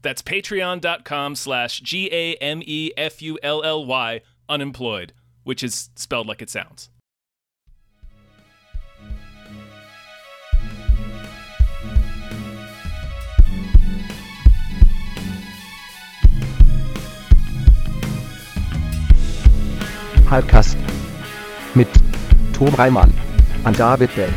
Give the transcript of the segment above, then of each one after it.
That's patreon.com slash G A M E F U L L Y unemployed, which is spelled like it sounds. Halbkast mit Tom Reimann an David Bell.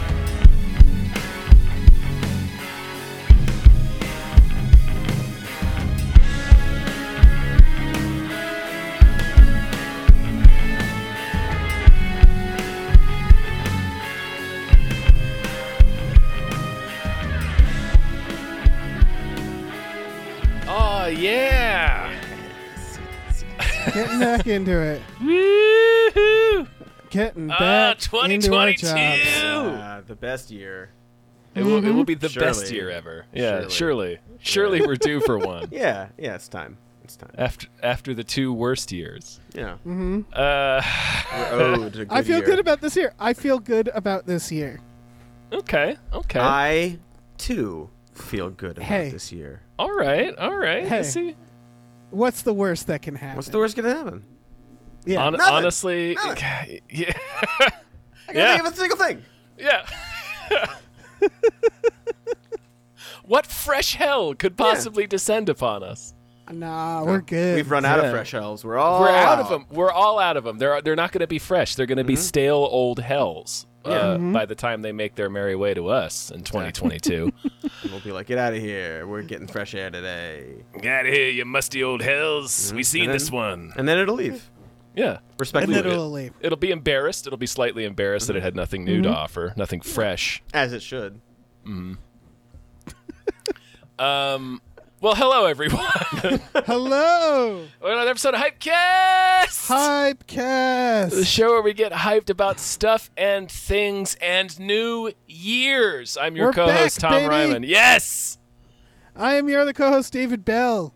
Oh, yeah. Getting back into it. Woohoo. Getting Ah, back into our 2022. jobs. Uh, the best year. It, will, it will be the Surely. best year ever. Yeah, surely. Surely. Surely, we're due for one. Yeah, yeah, it's time. It's time. After, after the two worst years. Yeah. Uh, Oh, it's a Mm-hmm. I feel year. good about this year. I feel good about this year. okay, okay. I too feel good about Hey. this year. all right, all right. Hey. I See, What's the worst that can happen? What's the worst gonna happen? yeah. Hon- nothing, honestly, yeah. I can't Yeah. think of a single thing. Yeah. what fresh hell could possibly descend upon us? nah, we're good. We've run out Yeah. of fresh hells. We're all Mm-hmm. We're out of them. We're all out of them. They're they're not going to be fresh. They're going to be stale old hells uh, by the time they make their merry way to us in 2022. We'll be like, get out of here. We're getting fresh air today, Get out of here, you musty old hells. We seen Mm-hmm. And then- this one. and then it'll leave. Yeah. and Respectfully, then it'll leave. It'll be embarrassed. It'll be slightly embarrassed Mm-hmm. that it had nothing new to offer, nothing fresh. as it should. Well, hello, everyone. Hello, We're on another episode of Hypecast. The Hypecast. show where we get hyped about stuff and things and new years. I'm your We're co-host back, Tom baby. Ryman. Yes. I am your other co-host David Bell,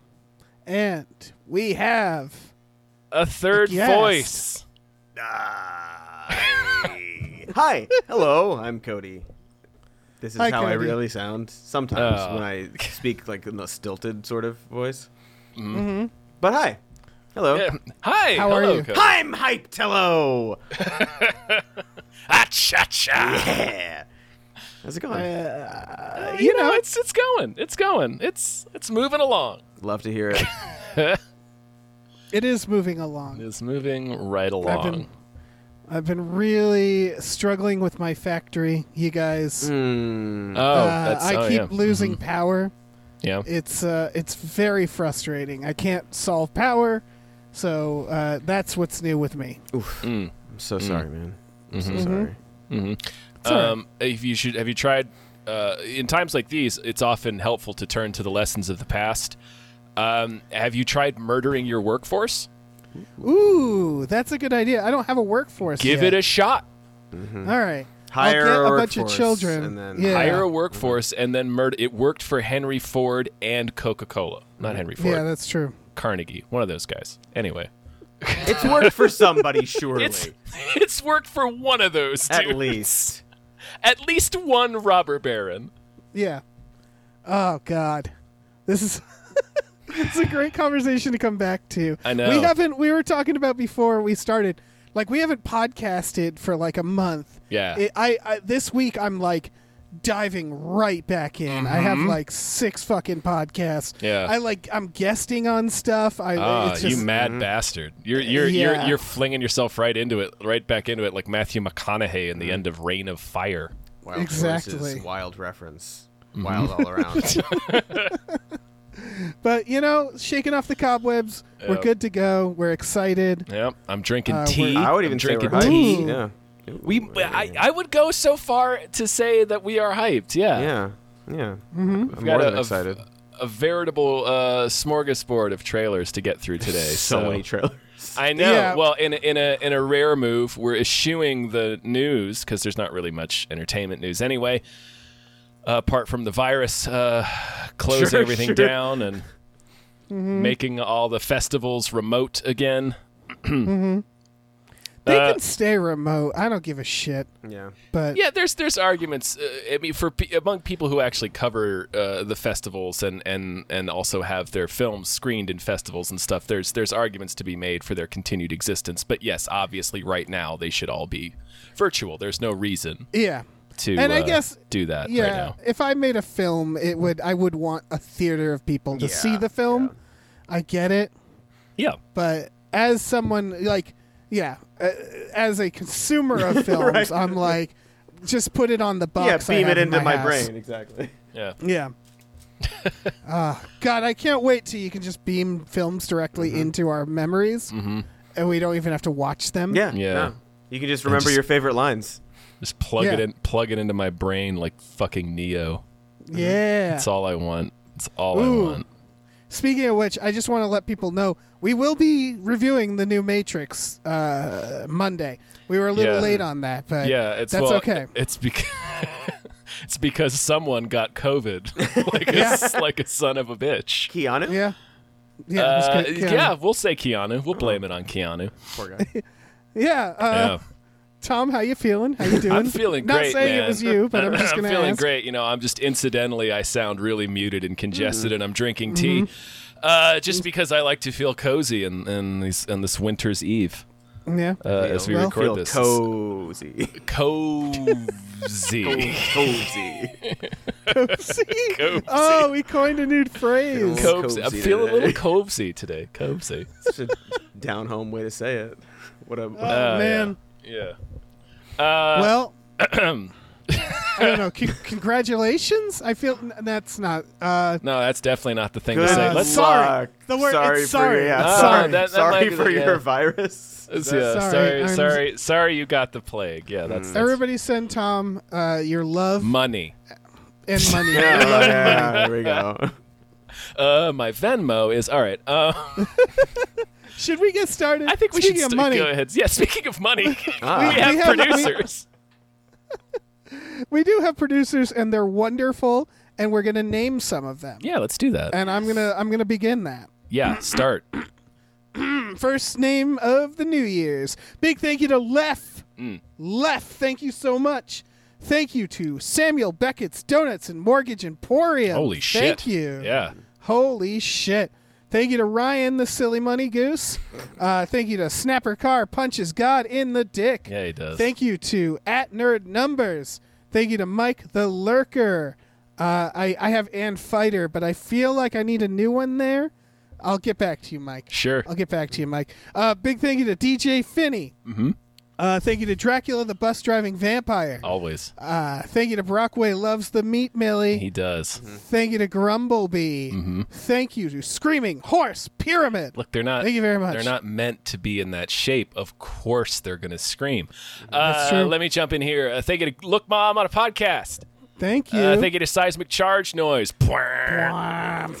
and we have A third Yes. voice. Hi, hello. I'm Cody. This is Hi, how I Cody. really sound sometimes Oh. when I speak like in a stilted sort of voice. Mm-hmm. But hi, hello. Yeah. Hi. How are hello, you? Cody. I'm hyped. Hello. Ah, cha cha. Yeah. How's it going? Uh, You, you know, know. it's it's going. It's going. It's it's moving along. Love to hear it. it is moving along. It's moving right I've along. been I've been really struggling with my factory, you guys. oh, Uh, that's I oh, keep yeah. losing power. yeah. it's uh, it's very frustrating. I can't solve power, so uh, that's what's new with me. I'm mm. so sorry, man. I'm Mm-hmm. so sorry. alright. Um, if you should, have you tried? Uh, in times like these, it's often helpful to turn to the lessons of the past. Um, have you tried murdering your workforce? Ooh, that's a good idea. I don't have a workforce. Give it a shot. a all right. Hire I'll get a a bunch of workforce children. and then yeah. hire a workforce and then murder. It worked for Henry Ford and Coca Cola. Not Henry Ford. yeah, that's true. Carnegie. One of those guys. Anyway, It's worked for somebody, surely. it's it's worked for one of those. At dudes. least. At least one robber baron. Yeah. Oh God, this is it's a great conversation to come back to. I know. we haven't. We were talking about before we started. Like we haven't podcasted for like a month. Yeah. It- I, I this week I'm like diving right back in. I have like six fucking podcasts. Mm-hmm. Yeah. I like I'm guesting on stuff. I Ah, it's just, mm-hmm. Uh, you mad bastard! You're you're Yeah. you're you're flinging yourself right into it, right back into it, like Matthew McConaughey Mm. in the end of Reign of Fire. Wild Exactly. horses, wild reference. Mm-hmm. Wild all around. But you know, shaking off the cobwebs. We're Yep. good to go. We're excited. Yeah, I'm drinking Uh, tea. I would I'm even say we're drinking hyped. tea. tea. Yeah. We, I, I would go so far to say that we are hyped. Yeah, Yeah. Yeah. I'm got Mm-hmm. more a- than a- excited. a veritable uh, smorgasbord of trailers to get through today. so, many trailers. I know. Yeah. Well, in a, in a in a rare move, we're eschewing the news because there's not really much entertainment news anyway, apart from the virus uh, closing Sure, everything sure. Mm-hmm. down and making all the festivals remote again. Mm-hmm. They Uh, can stay remote. I don't give a shit. yeah. But Yeah, there's there's arguments. Uh, I mean, for pe- among people who actually cover uh, the festivals and, and and also have their films screened in festivals and stuff, there's there's arguments to be made for their continued existence. But yes, obviously, right now they should all be virtual. There's no reason yeah. to And I uh, guess- do that right Yeah. now. if I made a film, it would I would want a theater of people to Yeah, see the film. I get it, Yeah, but as someone like yeah, uh, as a consumer of films, I'm like just put it on the Yeah, box. I beam have it in into my, house. brain. Exactly. yeah. Yeah. Ah, God, I can't wait till you can just beam films directly Mm-hmm. into our memories, and we don't even have to watch them. Yeah. Yeah. no. You can just remember just- your favorite lines. Just plug it Yeah. in, plug it into my brain like fucking Neo. yeah. That's all I want. It's all Ooh. I want. Speaking of which, I just want to let people know we will be reviewing the new Matrix uh, Monday. We were a little Yeah. late on that, but Yeah, it's that's well, okay. It's because it's because someone got COVID, like a, s- like a son of a bitch. Keanu. Yeah, yeah, Uh, it was good. yeah, we'll say Keanu. We'll blame it on Keanu. Poor guy. yeah. Uh, Yeah. Tom, how you feeling? How you doing? I'm feeling Not great, saying man. it was you, but I'm just gonna feeling ask. great. You know, I'm just incidentally, I sound really muted and congested, Mm. and I'm drinking tea, Mm-hmm. uh, just because I like to feel cozy in in, these, in this winter's eve Yeah, uh, as we Well- record Feel this. cozy. cozy. cozy. See? Oh, we coined a new phrase. Cozy. Cozy. I Cozy feel a little today. cozy today. Cozy. Such a down home way to say it. What a. Oh, man. Uh, Yeah. Uh, Well, I don't know. C- congratulations. I feel n- that's not. Uh, No, that's definitely not the thing to Good say. Uh, Let's sorry. luck. The word- sorry it's for sorry. yeah, Ah, sorry, that- that sorry might be for the- your yeah. virus. It's- Sorry, yeah, sorry, I'm- Hmm. sorry, sorry. You got the plague. Yeah, that's, that's everybody send Tom uh, your love money. and money. Oh, Yeah, Your love and money. yeah, there we go. Uh, my Venmo is all right. Uh, Should we get started? I think we Speaking should of st- money. go ahead. Yeah, speaking of money, Ah. we have we have- we- producers. We do have producers, and they're wonderful, and we're gonna name some of them. yeah, let's do that. And I'm gonna I'm gonna begin that. yeah, start. First name of the New Year's. Big thank you to Lef. Mm. Lef, thank you so much. Thank you to Samuel Beckett's Donuts and Mortgage Emporium. Holy shit! Thank you. Yeah, Holy shit. Thank you to Ryan, the silly money goose. Uh, thank you to Snapper Carr, punches God in the dick. yeah, he does. Thank you to at Nerd Numbers. Thank you to Mike the Lurker. Uh, I, I have and fighter, but I feel like I need a new one there. I'll get back to you, Mike. Sure. I'll get back to you, Mike. Uh, big thank you to DJ Finney. Mm-hmm. Uh, thank you to Dracula, the bus driving vampire. Always, Uh, thank you to Brockway loves the meat, Millie. he does. Thank you to Grumblebee. Thank you to Screaming Horse Pyramid. Look, they're not. Thank you very much. They're not meant to be in that shape. Of course, they're gonna scream. That's true. Let me jump in here. Uh, thank you to Look Mom on a podcast. Thank you. Uh, thank you to Seismic Charge Noise. Thank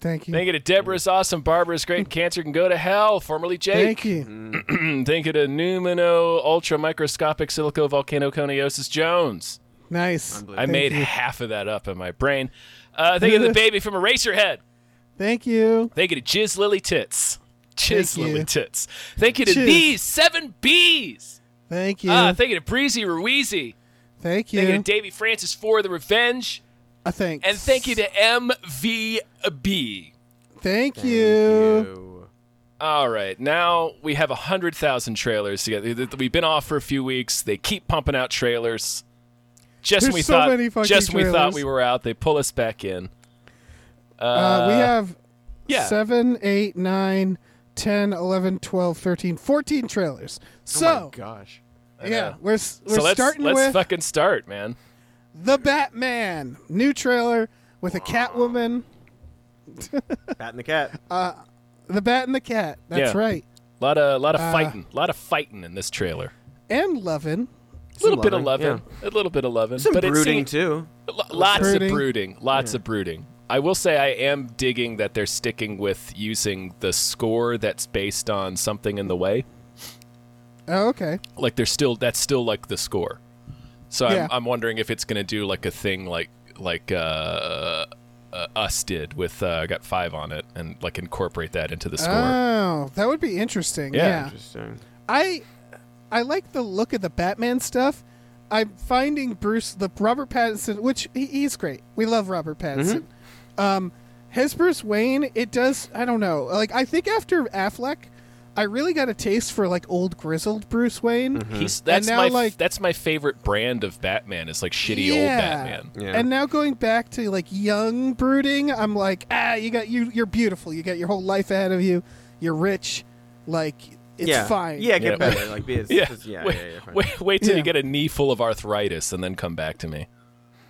Thank you. you to Deborah's Awesome, Barbara's Great, and Cancer Can Go to Hell, formerly Jake. Thank you. And Thank you to Numino Ultra Microscopic Silico Volcano Coniosis Jones. Nice. I made you. half of that up in my brain. Uh, thank you to the baby from Eraserhead. Thank you. Thank you to Jizz Lily Tits. Jizz Thank you. Lily Tits. Thank you to Jizz. these seven bees. Thank you. Uh, thank you to Breezy Ruizy. thank you. Thank you to Davy Francis for the revenge. Uh, thanks. And thank you to MVB. Thank, you. Oh, All right, now we have 100,000 trailers together. We've been off for a few weeks. They keep pumping out trailers. Just when There's we so thought many fucking just when we thought trailers. we were out, they pull us back in. Uh, we have Yeah. seven, eight, nine, 10, 11, 12, 13, 14 trailers. Oh So, my gosh. yeah, we're, s- we're so let's starting let's with fucking start, man. The Batman. New trailer with a Catwoman, Bat and the cat. the Bat and the Cat. That's Yeah. right. A lot of lot of Uh, fighting, a lot of fighting in this trailer. And Lovin'. A little bit of loving, loving, a little bit of loving, Some but brooding it's too. lots of Brooding. brooding, lots of brooding. I will say I am digging that they're sticking with using the score that's based on something in the way. Oh, okay. Like they're still that's still like the score. So Yeah. I'm, I'm wondering if it's gonna do like a thing like like uh, uh us did with uh, got five on it and like incorporate that into the score. Oh, that would be interesting. Yeah. yeah. Interesting. I I like the look of the Batman stuff. I'm finding Bruce the Robert Pattinson, which he, he's great. We love Robert Mm-hmm. Pattinson. Um, his Bruce Wayne, it does. I don't know. Like I think after Affleck, I really got a taste for like old grizzled Bruce Wayne. Mm-hmm. He's that's now, my f- like- that's my favorite brand of Batman is like shitty old Batman. Yeah. And now going back to like young brooding, I'm like, ah, you got you. You're beautiful. You got your whole life ahead of you. You're rich. Like it's yeah. fine. Yeah, get Yeah. better. Like, be as, Yeah. just- yeah, wait, yeah, yeah, fine. wait, wait till Yeah. you get a knee full of arthritis and then come back to me.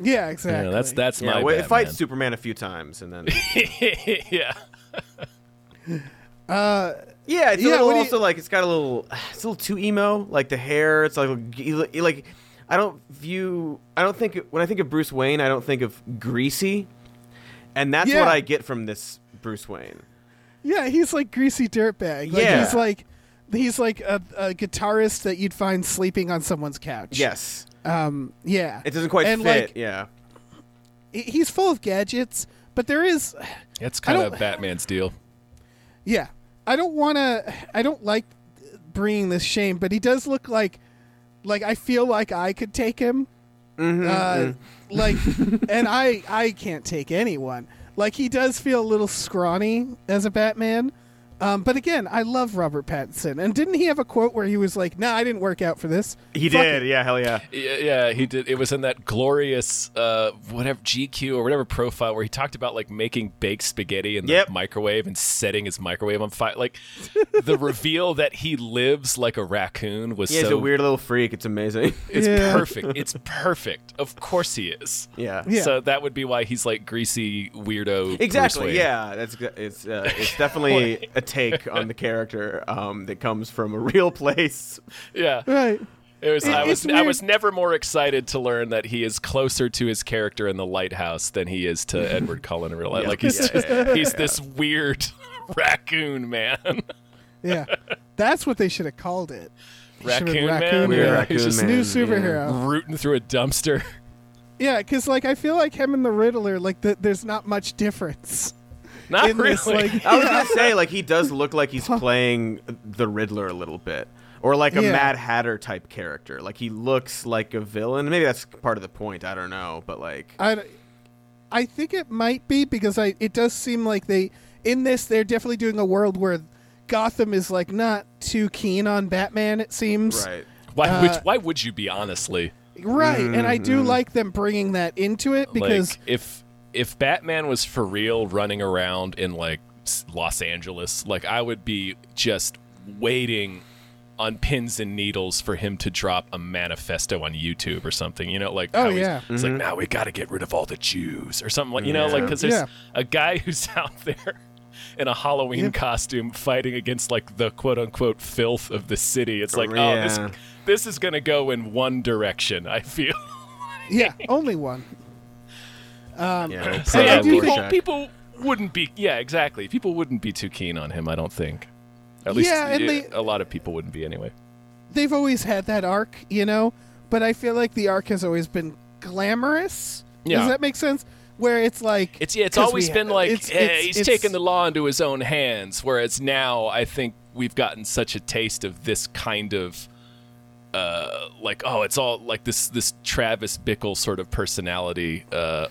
Yeah, You know, exactly. that's that's Yeah, my wait, Batman. fight Superman a few times and then. yeah. Yeah, it's Yeah, a little what do you- also like it's got a little, it's a little too emo. Like the hair, it's like you- you like I don't view, I don't think when I think of Bruce Wayne, I don't think of greasy, and that's Yeah. what I get from this Bruce Wayne. Yeah, he's like greasy dirtbag. Like, Yeah. he's like he's like a, a guitarist that you'd find sleeping on someone's couch. Yes, Um. Yeah. it doesn't quite and fit. Like, yeah, he- he's full of gadgets, but there is, That's kind don't- of Batman's deal. yeah. I don't want to. I don't like bringing this shame, but he does look like, like I feel like I could take him. Mm-hmm, uh, like, and I I can't take anyone. Like he does feel a little scrawny as a Batman, um, but again, I love Robert Pattinson. And didn't he have a quote where he was like, "No, nah, I didn't work out for this." he Fuck did. Yeah, hell yeah. Yeah, yeah, he did. It was in that glorious uh, whatever GQ or whatever profile where he talked about like making baked spaghetti in the Yep. microwave and setting his microwave on fire. Like the reveal that he lives like a raccoon was Yeah, he's so a weird little freak. It's amazing. It's Yeah. perfect. It's perfect. Of course he is. yeah. Yeah. So that would be why he's like greasy weirdo. Bruce Exactly. Wayne. Yeah, that's g- it's uh, it's definitely a take on the character um, that comes from a real place. Yeah. Right. It was. It- I it's was. I weird. was never more excited to learn that he is closer to his character in the lighthouse than he is to Edward Cullen in real life. Like he's Yeah, just, he's this weird raccoon man. Yeah. That's what they should have called it. They should Raccoon have Man? Weird Man. Raccoon Just Man, new yeah. superhero. Rooting through a dumpster. Yeah, because like I feel like him and the Riddler, like th- there's not much difference. Not in really. this, like- I was gonna say, like, he does look like he's playing the Riddler a little bit, or like a Yeah. Mad Hatter type character. Like, he looks like a villain. Maybe that's part of the point. I don't know, but like, I, d- I think it might be because I it does seem like they in this they're definitely doing a world where Gotham is like not too keen on Batman. It seems right? why uh, would Why would you be honestly? Right, and I do like them bringing that into it because Mm-hmm. like if if Batman was for real running around in like s- Los Angeles, like I would be just waiting on pins and needles for him to drop a manifesto on YouTube or something. You know, like Oh, he's- yeah. it's like now we got to get rid of all the Jews or something like you know, like because there's Yeah. a guy who's out there. In a Halloween costume, fighting against like the "quote unquote" filth of the city, it's like, oh, this Yeah. this is gonna go in one direction. I feel. yeah, only one. yeah, So yeah, I do people, Rorschach. people wouldn't be. Yeah, exactly. People wouldn't be too keen on him. I don't think. At least Yeah, and yeah, they- a lot of people wouldn't be anyway. they've always had that arc, you know, but I feel like the arc has always been glamorous. Yeah. Does that make sense? Where it's like It's yeah, it's 'cause always we- been like it's- eh, it's- he's it's- taken the law into his own hands, whereas now I think we've gotten such a taste of this kind of. Uh, like oh, it's all like this this Travis Bickle sort of personality uh,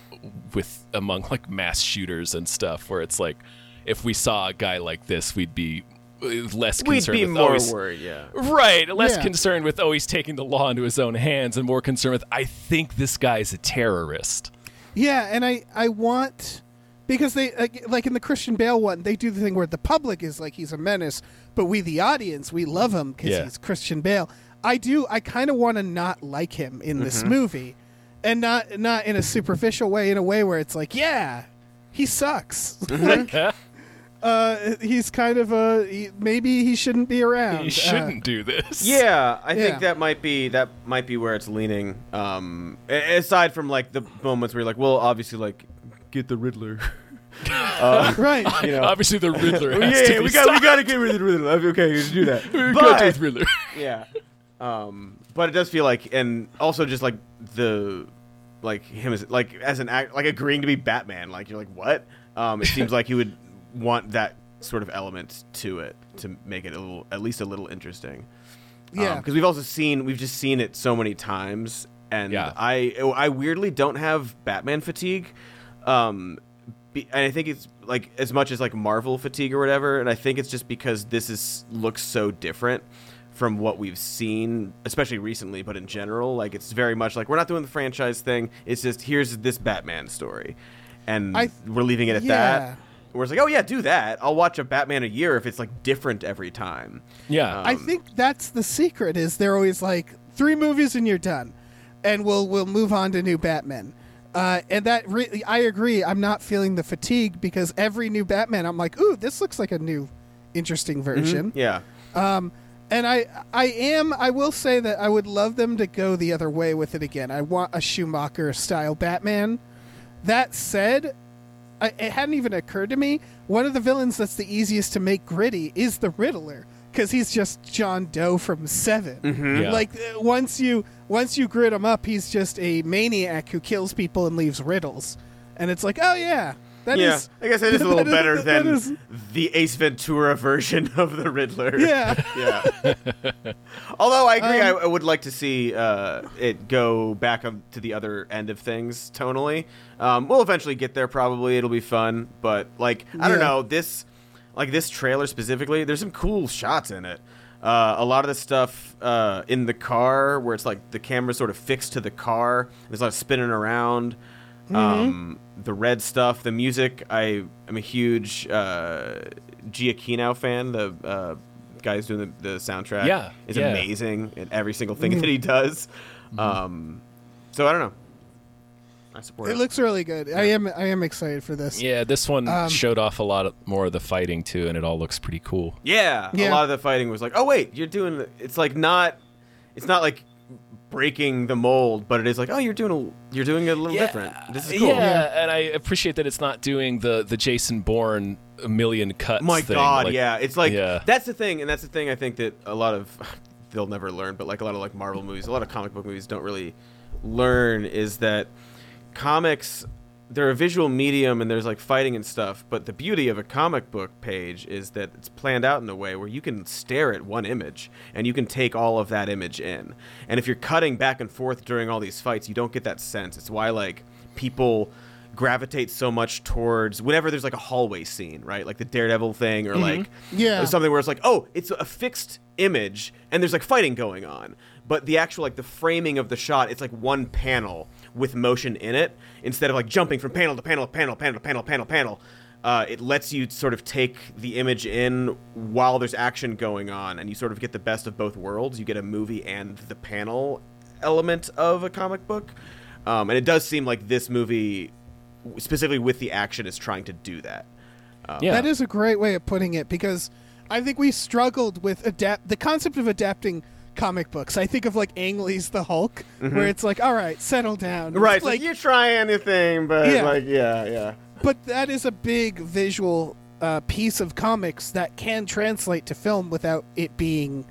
with among like mass shooters and stuff, where it's like if we saw a guy like this, we'd be uh, less We'd concerned be with, oh, more he's- worried. Yeah. Right. Less Yeah. concerned with, oh, he's taking the law into his own hands and more concerned with, I think this guy's a terrorist. yeah, and I I want because they like, like in the Christian Bale one, they do the thing where the public is like he's a menace, but we the audience we love him because Yeah. he's Christian Bale. I do I kind of want to not like him in this Mm-hmm. movie, and not not in a superficial way, in a way where it's like yeah, he sucks. uh, he's kind of a he- maybe he shouldn't be around. he shouldn't do this. Yeah, I Um, uh, Yeah. think that might be that might be where it's leaning. Um, a- aside from like the moments where you're like, well, obviously, like get the Riddler. Uh, right. You know, Obviously, the Riddler. yeah, Has to yeah, be we got we got to get rid of the Riddler. Okay, you should do that. got but, Riddler. yeah, um, but it does feel like, and also just like the like him as like as an act like agreeing to be Batman. Like you're like what? Um, it seems like he would want that sort of element to it to make it a little at least a little interesting. Yeah. because Um, we've also seen we've just seen it so many times, and Yeah. I I weirdly don't have Batman fatigue, um, be, and I think it's like as much as like Marvel fatigue or whatever, and I think it's just because this is looks so different from what we've seen, especially recently, but in general, like it's very much like we're not doing the franchise thing. It's just here's this Batman story, and I- we're leaving it at Yeah. that. Where it's like, oh yeah, do that. I'll watch a Batman a year if it's like different every time. Yeah. Um, I think that's the secret. Is they're always like three movies and you're done, and we'll we'll move on to new Batman. Uh, and that really, I agree. I'm not feeling the fatigue because every new Batman, I'm like, ooh, this looks like a new, interesting version. Yeah. And I, I am. I will say that I would love them to go the other way with it again. I want a Schumacher style Batman. That said, I, it hadn't even occurred to me. One of the villains that's the easiest to make gritty is the Riddler because he's just John Doe from 7 Mm-hmm. Yeah. Like uh, once you once you grit him up, he's just a maniac who kills people and leaves riddles. And it's like, oh yeah, that is. yeah, I guess that is a little that is- better that than is- the Ace Ventura version of the Riddler. yeah. Um, yeah. Although I agree, I, I would like to see uh, it go back on to the other end of things tonally. Um, we'll eventually get there. Probably it'll be fun, but like I don't Yeah. know this, like this trailer specifically. There's some cool shots in it. Uh, a lot of the stuff uh, in the car where it's like the camera's sort of fixed to the car. There's a lot of spinning around. Mm-hmm. Um, the red stuff, the music. I am a huge uh, Giacchino fan. The uh, guy who's doing the, the soundtrack Yeah, is yeah. Mm-hmm. amazing in every single thing that he does. Um, so I don't know. I support It it. looks really good. I am I am excited for this. yeah, this one Um, showed off a lot of, more of the fighting too, and it all looks pretty cool. yeah, Yeah. a lot of the fighting was like, oh wait, you're doing. the- It's like not. It's not like breaking the mold, but it is like, oh, you're doing a, you're doing it a little different. This is cool. Yeah, and I appreciate that it's not doing the the Jason Bourne a million cuts. My thing. God, Like, yeah. It's like Yeah. that's the thing, and that's the thing I think that a lot of they'll never learn, but like a lot of like Marvel movies, a lot of comic book movies don't really learn is that comics they're a visual medium and there's like fighting and stuff, but the beauty of a comic book page is that it's planned out in a way where you can stare at one image and you can take all of that image in. And if you're cutting back and forth during all these fights, you don't get that sense. It's why like people gravitate so much towards whenever there's like a hallway scene, right? Like the Daredevil thing or like Yeah. something where it's like, oh, it's a fixed image and there's like fighting going on. But the actual like the framing of the shot, it's like one panel with motion in it instead of like jumping from panel to panel, panel, panel, panel, panel, panel. Uh, it lets you sort of take the image in while there's action going on, and you sort of get the best of both worlds. You get a movie and the panel element of a comic book, um, and it does seem like this movie, specifically with the action, is trying to do that. yeah. That is a great way of putting it because I think we struggled with adapt the concept of adapting comic books. I think of like Ang Lee's The Hulk, where it's like, all right, settle down, It's Mm-hmm. Right, Like, like, you try anything, but Yeah. like yeah, yeah. but that is a big visual uh, piece of comics that can translate to film without it being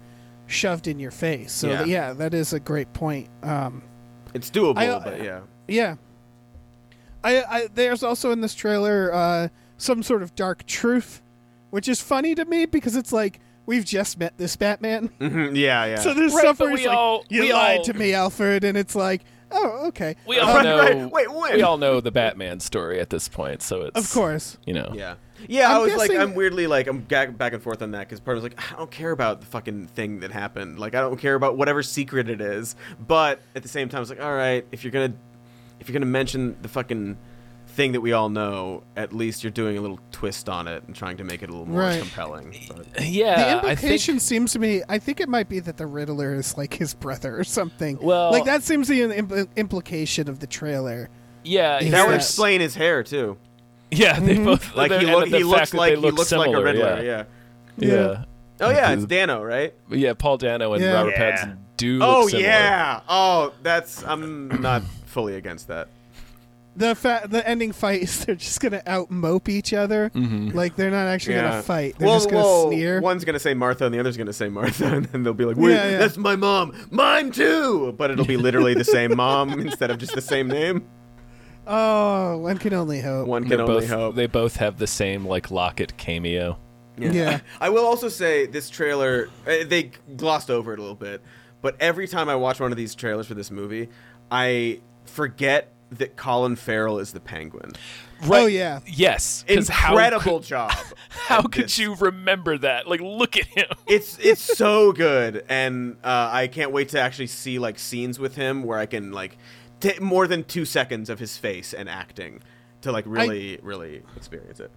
shoved in your face. So Yeah. yeah, that is a great point. Um, It's doable, I- uh, but yeah. Yeah. I, I there's also in this trailer uh, some sort of dark truth, which is funny to me because it's like we've just met this Batman, Mhm, yeah, yeah. so there's Right, stuff but where he's we like, all- "You we lied all- to me, Alfred," and it's like, "Oh, okay." We all Right, know. right. Wait, when? we all know the Batman story at this point, so it's Of course. you know. yeah. Yeah, i I'm was like, guessing- I'm weirdly like, I'm ga- back and forth on that because part of me was like, I don't care about the fucking thing that happened. Like, I don't care about whatever secret it is. But at the same time, it's like, all right, if you're gonna, if you're gonna mention the fucking thing that we all know, at least you're doing a little twist on it and trying to make it a little more Right. compelling. But- Yeah, The I think- implication seems to me. I think it might be that the Riddler is like his brother or something. Well- like that seems the impl- implication of the trailer. yeah, That Mm-hmm. that would Yes. explain his hair too. Yeah, they both Like he, and look, the he fact looks that like they he look looks similar, like a Riddler. Yeah. Mm-hmm. yeah. Yeah. yeah, Oh yeah, it's Dano, right? Paul Dano and Yeah. Robert Yeah. Pattinson do. Oh look similar. yeah. Oh, that's I'm not fully against that. the fa- the ending fight is they're just gonna out mope each other. Like they're not actually Yeah. gonna fight. They're Well, just gonna well, sneer. One's gonna say Martha, and the other's gonna say Martha, and then they'll be like, "Wait, Yeah, yeah. that's my mom, mine too." But it'll be literally the same mom instead of just the same name. Oh, one can only hope. One can They're only both, hope. They both have the same like locket cameo. Yeah. I will also say this trailer, uh, they glossed over it a little bit, but every time I watch one of these trailers for this movie, I forget that Colin Farrell is the penguin. Oh yeah. Yes. 'cause Incredible job. How could, how at could this. you remember that? Like, look at him. It's it's so good, and uh, I can't wait to actually see like scenes with him where I can like take more than two seconds of his face and acting to like really really experience it.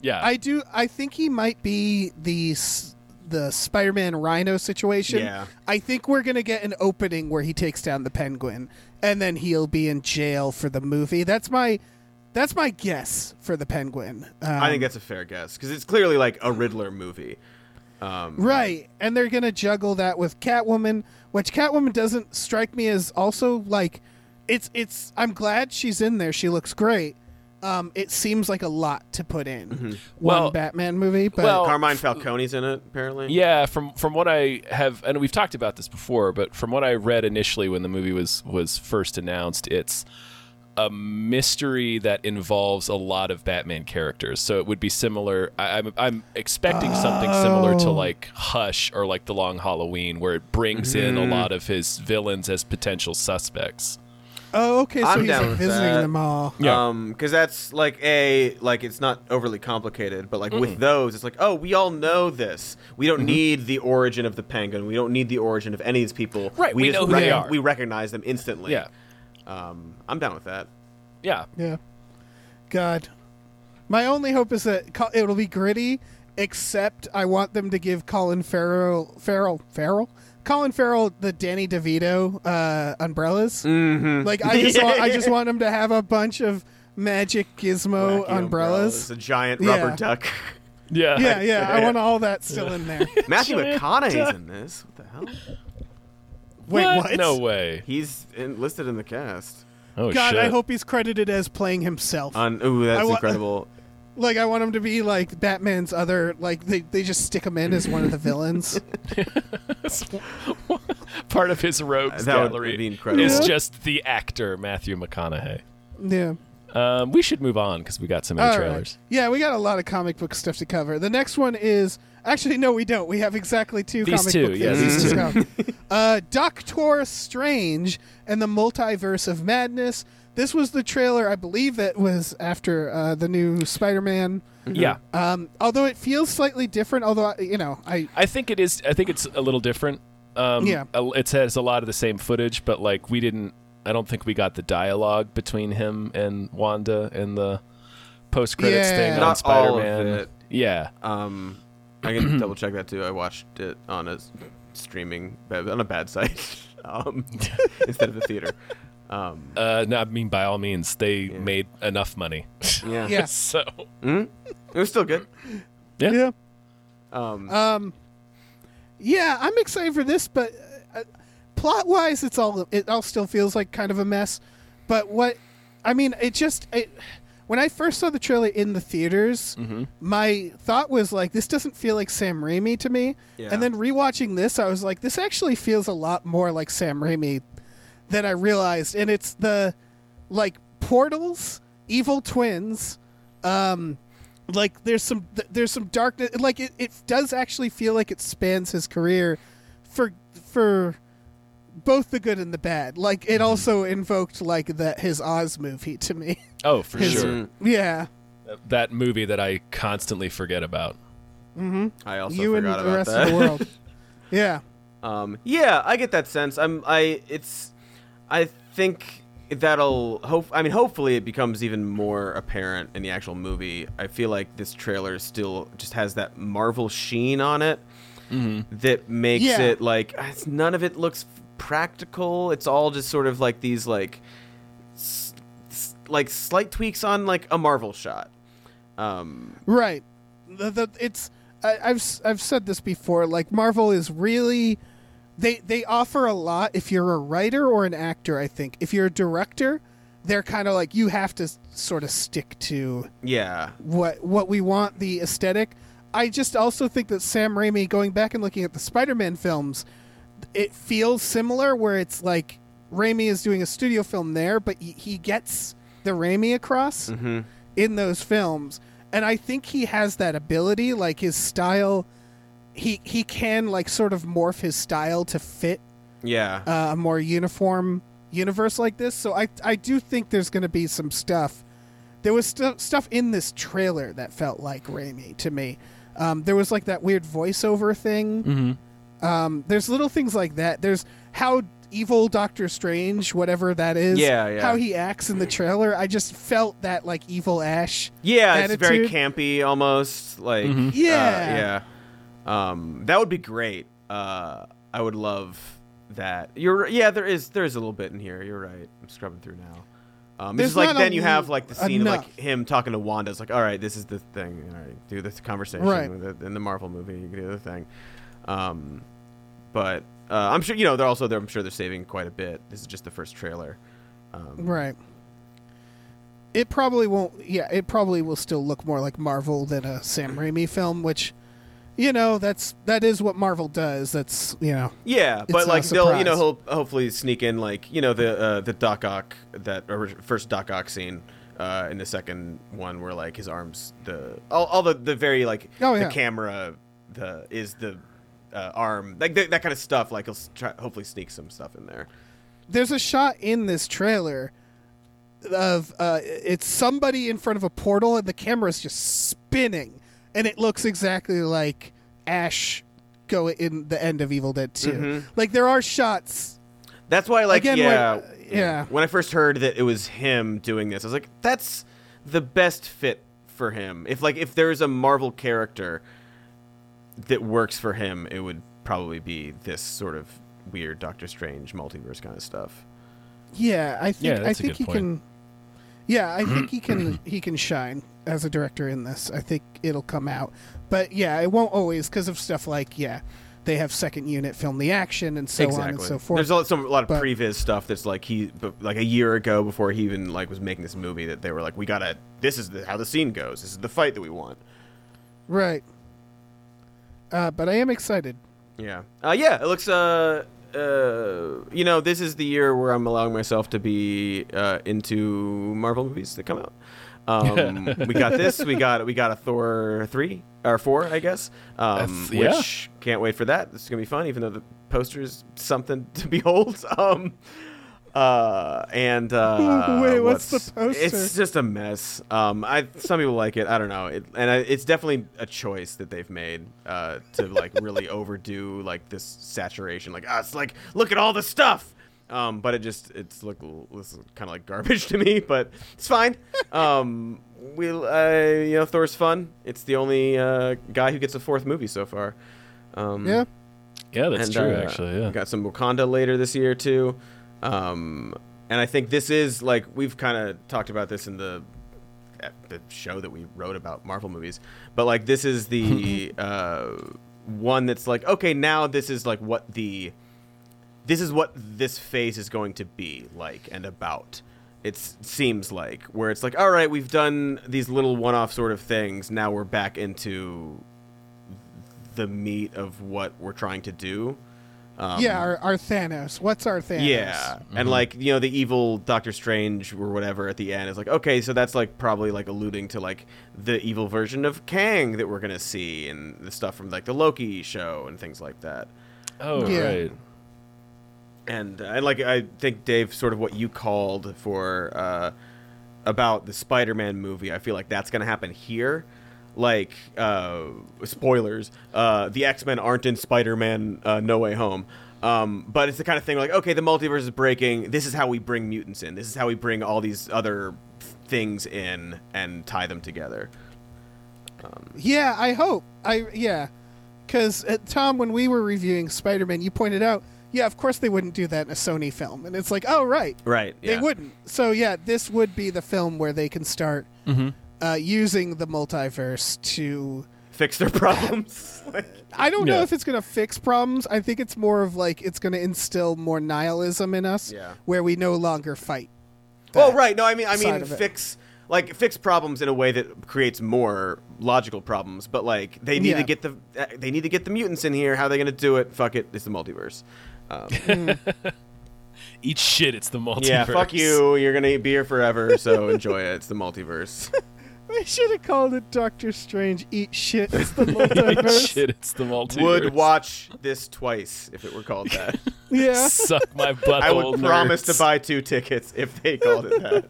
Yeah. I do. I think he might be the s- the Spider-Man Rhino situation. Yeah. I think we're gonna get an opening where he takes down the Penguin, and then he'll be in jail for the movie. That's my that's my guess for the Penguin. Um, I think that's a fair guess because it's clearly like a Riddler movie. right, and they're gonna juggle that with Catwoman, which Catwoman doesn't strike me as also like it's it's. I'm glad she's in there. She looks great. Um, it seems like a lot to put in Mm-hmm. Well- one Batman movie, but well- Oh, Carmine Falcone's in it apparently. Yeah, from from what I have, and we've talked about this before, but from what I read initially when the movie was was first announced, it's a mystery that involves a lot of Batman characters. So it would be similar. I, I'm I'm expecting something similar to like Hush or like The Long Halloween, where it brings in a lot of his villains as potential suspects. oh, okay, so I'm he's down like, with visiting that. them all. Yeah. Um, because that's like a like it's not overly complicated, but like with those, it's like oh, we all know this. We Mm-hmm. don't need the origin of the penguin. We don't need the origin of any of these people. Right, we know who they are. We recognize them instantly. Yeah, um, I'm down with that. yeah. Yeah. God. My only hope is that Col- it'll be gritty, except I want them to give Colin Farrell, Farrell, Farrell? Colin Farrell the Danny DeVito uh, umbrellas. Mm-hmm. Like I just, want, I just want him to have a bunch of magic gizmo Wacky umbrellas. a giant Yeah. rubber duck. Yeah. Yeah, yeah. I want all that still in there. Matthew McConaughey's in this. What the hell? Wait, what? No way. He's in, listed in the cast. Oh God, shit. I hope he's credited as playing himself. On ooh, that's I wa- incredible. Like I want him to be like Batman's other like they, they just stick him in as one of the villains. part of his rogues That would gallery be incredible. is Yeah. just the actor Matthew McConaughey. yeah. Um, we should move on because we got so many All right. trailers. Yeah, we got a lot of comic book stuff to cover. The next one is actually no, we don't. We have exactly two These comic two, Mm-hmm. book yeah, things these to cover. uh, Doctor Strange and the Multiverse of Madness. This was the trailer, I believe, that was after uh, the new Spider-Man. Yeah, Um, although it feels slightly different. Although I- you know, I I think it is. I think it's a little different. Um, Yeah. a- it has a lot of the same footage, but like we didn't. I don't think we got the dialogue between him and Wanda in the post credits Yeah. thing on Not all of Spider-Man. it. Yeah, Um, I can double check that too. I watched it on a s- streaming on a bad site um, instead of the theater. Um, uh, no, I mean by all means, they made enough money. yeah. yeah, so it was still good. yeah. Um, Yeah, I'm excited for this, but uh, plot wise, it's all it all still feels like kind of a mess. But what I mean, it just it, when I first saw the trailer in the theaters, my thought was like, this doesn't feel like Sam Raimi to me. Yeah. And then rewatching this, I was like, this actually feels a lot more like Sam Raimi than I realized, and it's the like portals, evil twins. Um, like there's some th- there's some darkness like it, it does actually feel like it spans his career for for both the good and the bad like Mm-hmm. it also invoked like that his oz movie to me oh, for His- Mm. sure, yeah that movie that I constantly forget about. I also you and the forgot about rest that. of the world yeah Um, yeah, I get that sense. I'm, I, it's, I think that'll hope. I mean, hopefully, it becomes even more apparent in the actual movie. I feel like this trailer still just has that Marvel sheen on it that makes Yeah. it like uh, it's, none of it looks practical. It's all just sort of like these like, s- s- like slight tweaks on like a Marvel shot. Um, Right. The, the, it's I, I've s- I've said this before. Like Marvel is really they they offer a lot if you're a writer or an actor. I think if you're a director, they're kind of like you have to sort of stick to Yeah. what what we want the aesthetic. I just also think that Sam Raimi going back and looking at the Spider-Man films, it feels similar where it's like Raimi is doing a studio film there, but he, he gets the Raimi across in those films. And I think he has that ability like his style he he can like sort of morph his style to fit Yeah. uh, a more uniform universe like this. So I I do think there's going to be some stuff. There was stu- stuff in this trailer that felt like Raimi to me. Um, there was like that weird voiceover thing. Mm-hmm. Um, there's little things like that. There's how evil Doctor Strange, whatever that is, Yeah, yeah. how he acts in the trailer. I just felt that like evil Ash. yeah, it's very attitude. Mm-hmm. campy almost. Like uh, Yeah. yeah. Um that would be great. Uh I would love that. You're yeah, there is there is a little bit in here. You're right. I'm scrubbing through now. Um, it's There's just like not then a you have like the scene of enough. like him talking to Wanda. It's like, all right, this is the thing. All right, do this conversation Right. with it in the Marvel movie. You can do the thing. Um, but uh, I'm sure you know they're also they're, I'm sure they're saving quite a bit. This is just the first trailer. Right. It probably won't. Yeah, it probably will still look more like Marvel than a Sam Raimi film, which, you know, that's that is what Marvel does. That's you know, Yeah, not but a like they'll you know surprise. he'll hopefully sneak in like you know the uh, the Doc Ock that orig- first Doc Ock scene uh, in the second one where like his arms the all, all the the very like Oh, the yeah. camera the is the uh, arm like th- that kind of stuff like he'll s- try, hopefully sneak some stuff in there. there's a shot in this trailer of uh, it's somebody in front of a portal and the camera's just spinning, and it looks exactly like Ash go in the end of Evil Dead 2 Like there are shots. That's why like Again, yeah when- yeah. when I first heard that it was him doing this I was like that's the best fit for him. If like if there's a Marvel character that works for him, it would probably be this sort of weird Doctor Strange multiverse kind of stuff. Yeah, I think Yeah, I that's a think good he point. can. Yeah, I think he can he can shine as a director in this. I think it'll come out, but yeah, it won't always because of stuff like yeah, they have second unit film the action and so on and so forth. There's a lot, some, a lot of But- previs stuff that's like he but like a year ago before he even like was making this movie that they were like we got to this is the, how the scene goes. This is the fight that we want. right. Uh, but I am excited. Yeah. Uh, yeah, it looks uh uh, you know, this is the year where I'm allowing myself to be uh, into Marvel movies that come out. Um, we got this. We got we got a Thor three or four, I guess. Um, That's- yeah. Which can't wait for that. This is gonna be fun, even though the poster is something to behold. Um, uh, and uh, Wait, what's the poster? It's it's just a mess. Um, I some people like it. I don't know. It, and I, it's definitely a choice that they've made uh, to like really overdo like this saturation. Like ah, it's like look at all the stuff. Um, but it just it's look this kind of like garbage to me. But it's fine. Um, we uh, you know Thor's fun. It's the only uh, guy who gets a fourth movie so far. Mm. Um, Yeah, Yeah, that's and, true. uh, actually, yeah. we Got some Wakanda later this year too, um, and I think this is like we've kind of talked about this in the at the show that we wrote about Marvel movies, but like this is the uh, one that's like okay now this is like what the this is what this phase is going to be like and about. It seems like where it's like all right we've done these little one-off sort of things now we're back into the meat of what we're trying to do. Um, yeah. Our, our Thanos. What's our Thanos? Yeah, and like you know, the evil Doctor Strange or whatever at the end is like, okay, so that's like probably like alluding to like the evil version of Kang that we're gonna see, and the stuff from like the Loki show and things like that. Oh, Yeah. right. And uh, and like I think Dave, sort of what you called for uh, about the Spider-Man movie, I feel like that's gonna happen here. Like uh, spoilers, uh, the X-Men aren't in Spider-Man: uh, No Way Home. Um, but it's the kind of thing like, okay, the multiverse is breaking. This is how we bring mutants in. This is how we bring all these other things in and tie them together. Yeah, I hope. I yeah, because uh, Tom, when we were reviewing Spider Man, you pointed out, yeah, of course they wouldn't do that in a Sony film, and it's like, oh right, Right. they wouldn't. So yeah, this would be the film where they can start Mm-hmm. uh, using the multiverse to. fix their problems. Like- I don't know Yeah. if it's going to fix problems. I think it's more of like it's going to instill more nihilism in us, Yeah. where we no longer fight. Well, that. right. No, I mean, I side mean, of it. fix like fix problems in a way that creates more logical problems. But like, they need Yeah. to get the uh, they need to get the mutants in here. How are they going to do it? Fuck it. It's the multiverse. Um, Eat shit, it's the multiverse. yeah, fuck you. You're gonna be here forever, so enjoy it. It's the multiverse. We should have called it Doctor Strange. Eat shit. It's the multiverse. Shit, it's the multiverse. Would watch this twice if it were called that. yeah. Suck my butt. I would old promise to nerds. buy two tickets if they called it that.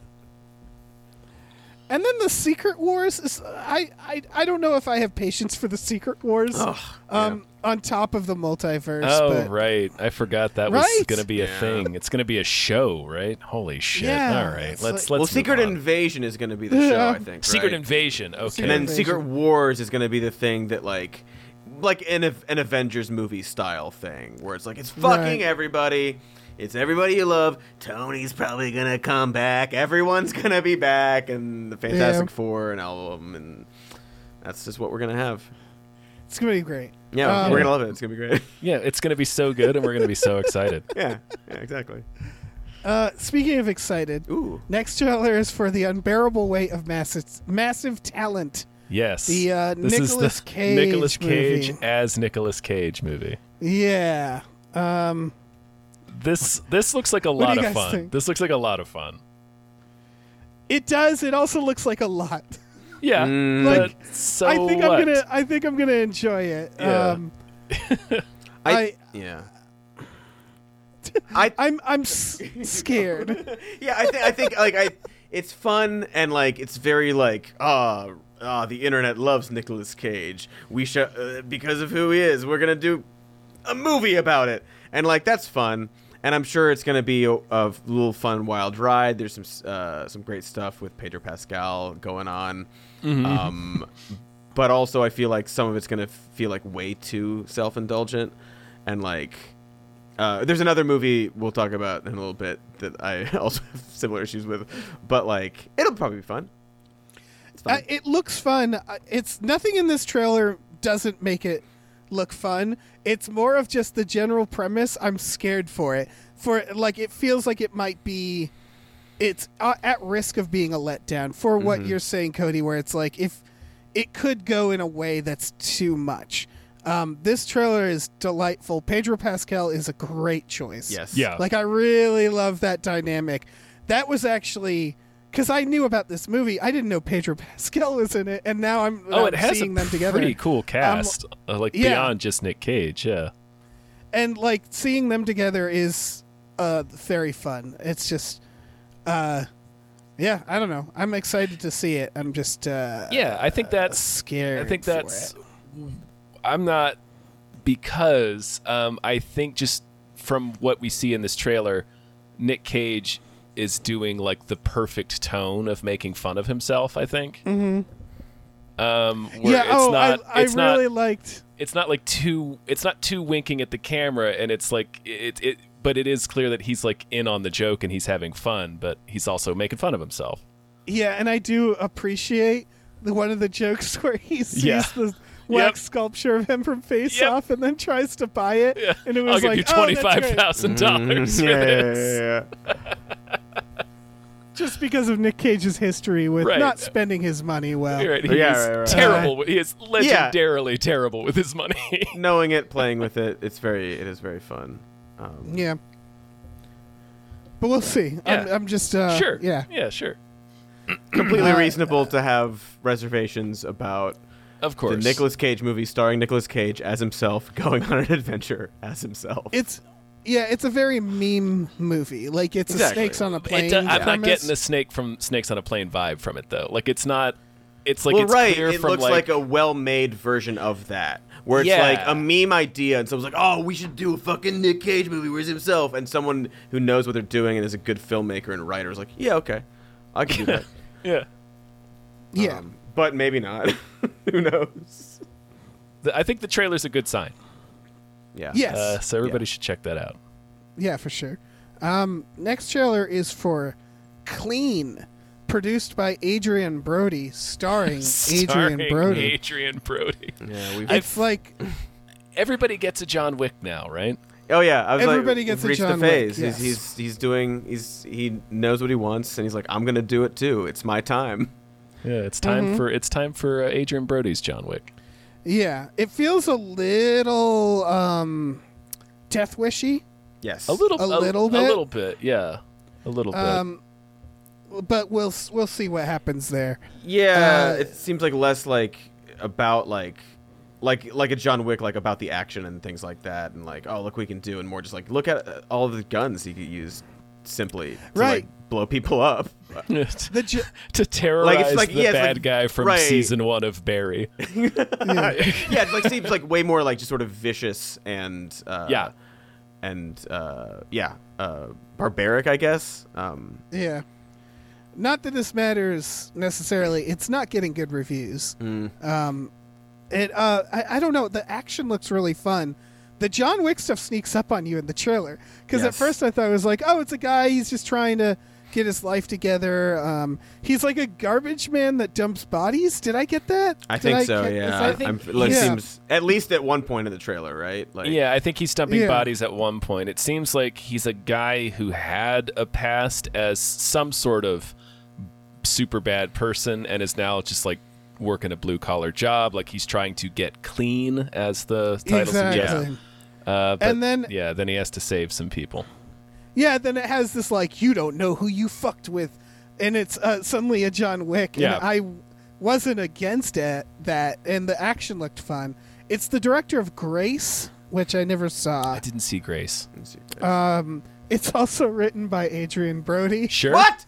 And then the Secret Wars. Is, I, I I don't know if I have patience for the Secret Wars. um, on top of the multiverse. Oh but right, I forgot that was Right? gonna be a thing. It's gonna be a show, right? Holy shit! Yeah, All right, let's it's like- let's. well, move Secret on. Invasion is gonna be the show, Yeah. I think. Secret right? Invasion. Okay. and then Invasion. Secret Wars is going to be the thing that like like an av- an Avengers movie style thing where it's like it's fucking Right. everybody. It's everybody you love. Tony's probably going to come back. Everyone's going to be back and the Fantastic Yeah. 4 and all of them and that's just what we're going to have. It's gonna be great. Yeah, Um, we're going to love it. It's going to be great. yeah, it's gonna be so good, and we're gonna be so excited. yeah. Yeah, exactly. Uh, speaking of excited, Ooh. next trailer is for the unbearable weight of massive massive talent. Yes. The, uh, this is Nicolas the Cage Nicolas Cage movie. as Nicolas Cage movie. Yeah. Um, This this looks like a do lot you of guys fun. think? This looks like a lot of fun. it does. It also looks like a lot. Yeah. Mm. Like, but so I think what? I'm gonna. I think I'm gonna enjoy it. Yeah. Um, I, I- yeah. I I'm I'm s- scared. yeah, I, th- I think like I, it's fun and like it's very like ah ah the internet loves Nicolas Cage. We should uh, because of who he is, we're gonna do a movie about it, and like that's fun. And I'm sure it's gonna be a, a little fun wild ride. There's some s- uh, some great stuff with Pedro Pascal going on. Um, but also I feel like some of it's gonna feel like way too self indulgent, and like uh, there's another movie we'll talk about in a little bit that I also have similar issues with, but like it'll probably be fun. It's fun. uh, it looks fun. Uh, It's nothing in this trailer doesn't make it look fun. It's more of just the general premise. I'm scared for it. For like, it feels like it might be. It's uh, at risk of being a letdown for what Mm-hmm. you're saying, Cody. Where it's like if it could go in a way that's too much. Um, this trailer is delightful. Pedro Pascal is a great choice. yes. Yeah. Like I really love that dynamic. That was actually because I knew about this movie. I didn't know Pedro Pascal was in it, and now I'm Oh, I'm it has a seeing them together. Um, pretty cool cast, uh, like yeah. beyond just Nick Cage. Yeah, And like seeing them together is uh very fun. It's just uh yeah, I don't know. I'm excited to see it. I'm just uh yeah. I think that's scared. I think for that's. it. I'm not because um, I think just from what we see in this trailer, Nick Cage is doing like the perfect tone of making fun of himself. I think. Mm-hmm. Um, where yeah, it's oh, not, I, I it's not, really liked it's not like too it's not too winking at the camera and it's like it it but it is clear that he's like in on the joke and he's having fun but he's also making fun of himself Yeah, and I do appreciate the one of the jokes where he sees Yeah. the wax Yep. sculpture of him from Face Yep. Off and then tries to buy it. And it i'll was give like, you "Oh, that's great," $25000 dollars for Mm-hmm. this Yeah, Just because of Nick Cage's history with Right. not spending his money well. You're right, he Yeah, is right, right. terrible he is Yeah. legendarily terrible with his money Knowing it, playing with it, it's very it is very fun. Um, Yeah. But we'll see. I'm, Yeah. I'm just. Uh, sure Yeah. yeah sure completely reasonable to have reservations about Uh, of the course Nicolas Cage movie starring Nicolas Cage as himself going on an adventure as himself. It's. Yeah, it's a very meme movie. Like it's Exactly. a snakes on a plane. It do- i'm not premise. getting the snake from snakes on a plane vibe from it though like it's not it's like well, it's right. clear It from looks like, a well-made version of that, where it's Yeah. like a meme idea, and someone's like, "Oh, we should do a fucking Nick Cage movie where he's himself," and someone who knows what they're doing and is a good filmmaker and writer is like, "Yeah, okay, I can do that," yeah Yeah. uh, Um, but maybe not. who knows? The- i think the trailer's a good sign Yeah. yes. uh, so everybody should check that out Yeah, for sure. Um, next trailer is for Clean, produced by Adrian Brody, starring, Adrian Starring Brody. Adrian Brody. Yeah, we've, It's like, Everybody gets a John Wick now, right? Oh yeah, I was Everybody like, gets a reached John the Wick, phase. yes. He's, he's he's doing he's he knows what he wants, and he's like, I'm gonna do it too. It's my time. Yeah, it's time Mm-hmm. for it's time for uh, Adrian Brody's John Wick. Yeah, it feels a little um, death wishy, Yes, A little, A little bit? a little bit, yeah, a little bit. um, but we'll s- we'll see what happens there. Yeah, Uh, it seems like less like about like like like a John Wick like about the action and things like that, and like oh look we can do, and more just like look at uh, all the guns he could use simply to, Right. like, blow people up. The ju- to terrorize like- the yeah, it's bad like- guy from right. season one of Barry. yeah, it like seems like way more like just sort of vicious and uh, Yeah. and uh, yeah uh, barbaric, I guess. Um, yeah, not that this matters necessarily. It's not getting good reviews. Hmm. Um, it uh, I, I don't know. The action looks really fun. The John Wick stuff sneaks up on you in the trailer because at Yes. first I thought it was like, oh, it's a guy. He's just trying to get his life together. Um, he's like a garbage man that dumps bodies. Did I get that? I Did think I so. get- is yeah, that- I'm, like, yeah. seems at least at one point in the trailer, right? Like Yeah, I think he's dumping Yeah. bodies at one point. It seems like he's a guy who had a past as some sort of super bad person and is now just like working a blue collar job. Like he's trying to get clean, as the title exactly. suggests. Uh, but And then- yeah, then he has to save some people. Yeah, then it has this like you don't know who you fucked with, and it's uh, suddenly a John Wick. Yeah. And I w- wasn't against it, that, and the action looked fun. It's the director of Grace, which I never saw. I didn't see Grace. It's also written by Adrian Brody Sure. What?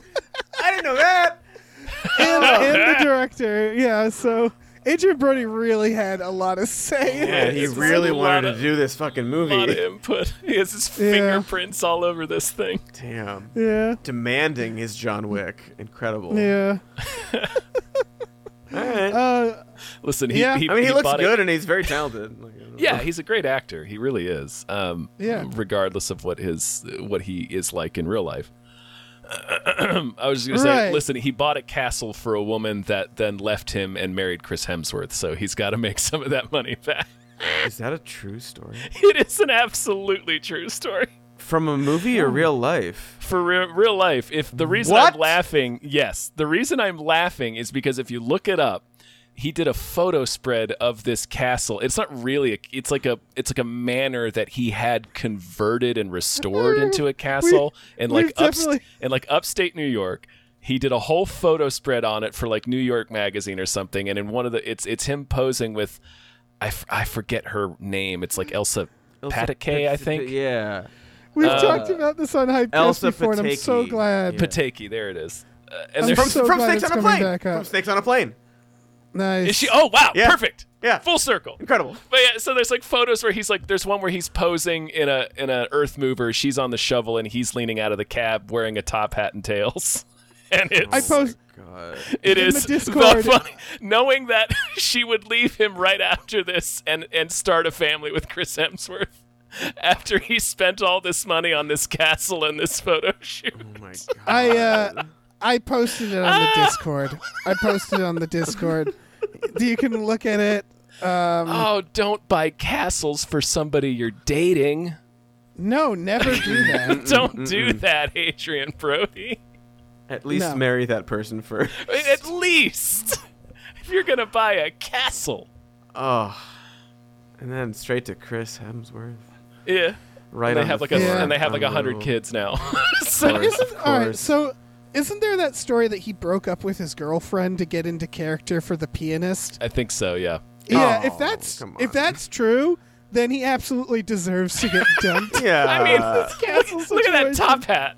I didn't know that. and, and the director. Yeah, so Adrian Brody really had a lot of say. in Yeah, this. he really wanted to do this fucking lot of movie. input. He has his Yeah. fingerprints all over this thing. Damn. yeah, Demanding his John Wick. Incredible. yeah. All right. Listen, he, Yeah. he I mean, he, looks bought it- good and he's very talented. Like, I don't know. Yeah, he's a great actor. He really is. Um, Oh. Yeah. Regardless of what his what he is like in real life. I was just gonna say, Right. listen, he bought a castle for a woman that then left him and married Chris Hemsworth, so he's got to make some of that money back. Is that a true story? it is an absolutely true story From a movie or real life? for real, real life. If the reason What? I'm laughing, yes, the reason I'm laughing is because if you look it up, he did a photo spread of this castle. It's not really a, it's like a it's like a manor that he had converted and restored into a castle and we've like upst- definitely- and like upstate New York. He did a whole photo spread on it for like New York magazine or something and in one of the it's it's him posing with I, f- I forget her name. It's like Elsa, Patake, I think. Yeah. We've Uh, talked about this on Hype Elsa before, and I'm so Pataki. glad. Yeah. Pateki, there it is. Uh, and I'm there's From, so from glad Snakes it's on a coming Plane. back up. From Snakes on a Plane. Nice. Is she? Oh wow! Yeah. Perfect. Yeah. Full circle. Incredible. But yeah, so there's like photos where he's like, there's one where he's posing in a in an earth mover. She's on the shovel and he's leaning out of the cab wearing a top hat and tails. And it's I post. Oh God. it in is the the Discord. funny knowing that she would leave him right after this and and start a family with Chris Hemsworth after he spent all this money on this castle and this photo shoot. Oh my God. I uh, I posted it on Ah! the Discord. I posted it on the Discord. You can look at it. Um, Oh, don't buy castles for somebody you're dating. no, never do that. Don't do that, Adrian Brody. At least No. marry that person first. At least if you're gonna buy a castle. Oh. And then straight to Chris Hemsworth. Yeah. Right And they on have the like a Yeah. and they have like a hundred Oh. Unbelievable. kids now. Of so course, of All right, course. so isn't there that story that he broke up with his girlfriend to get into character for the pianist? I think so, yeah. Yeah, Oh, if that's come if on. that's true, then he absolutely deserves to get dumped. Yeah. I mean castle Uh, look, look at that situation. top hat.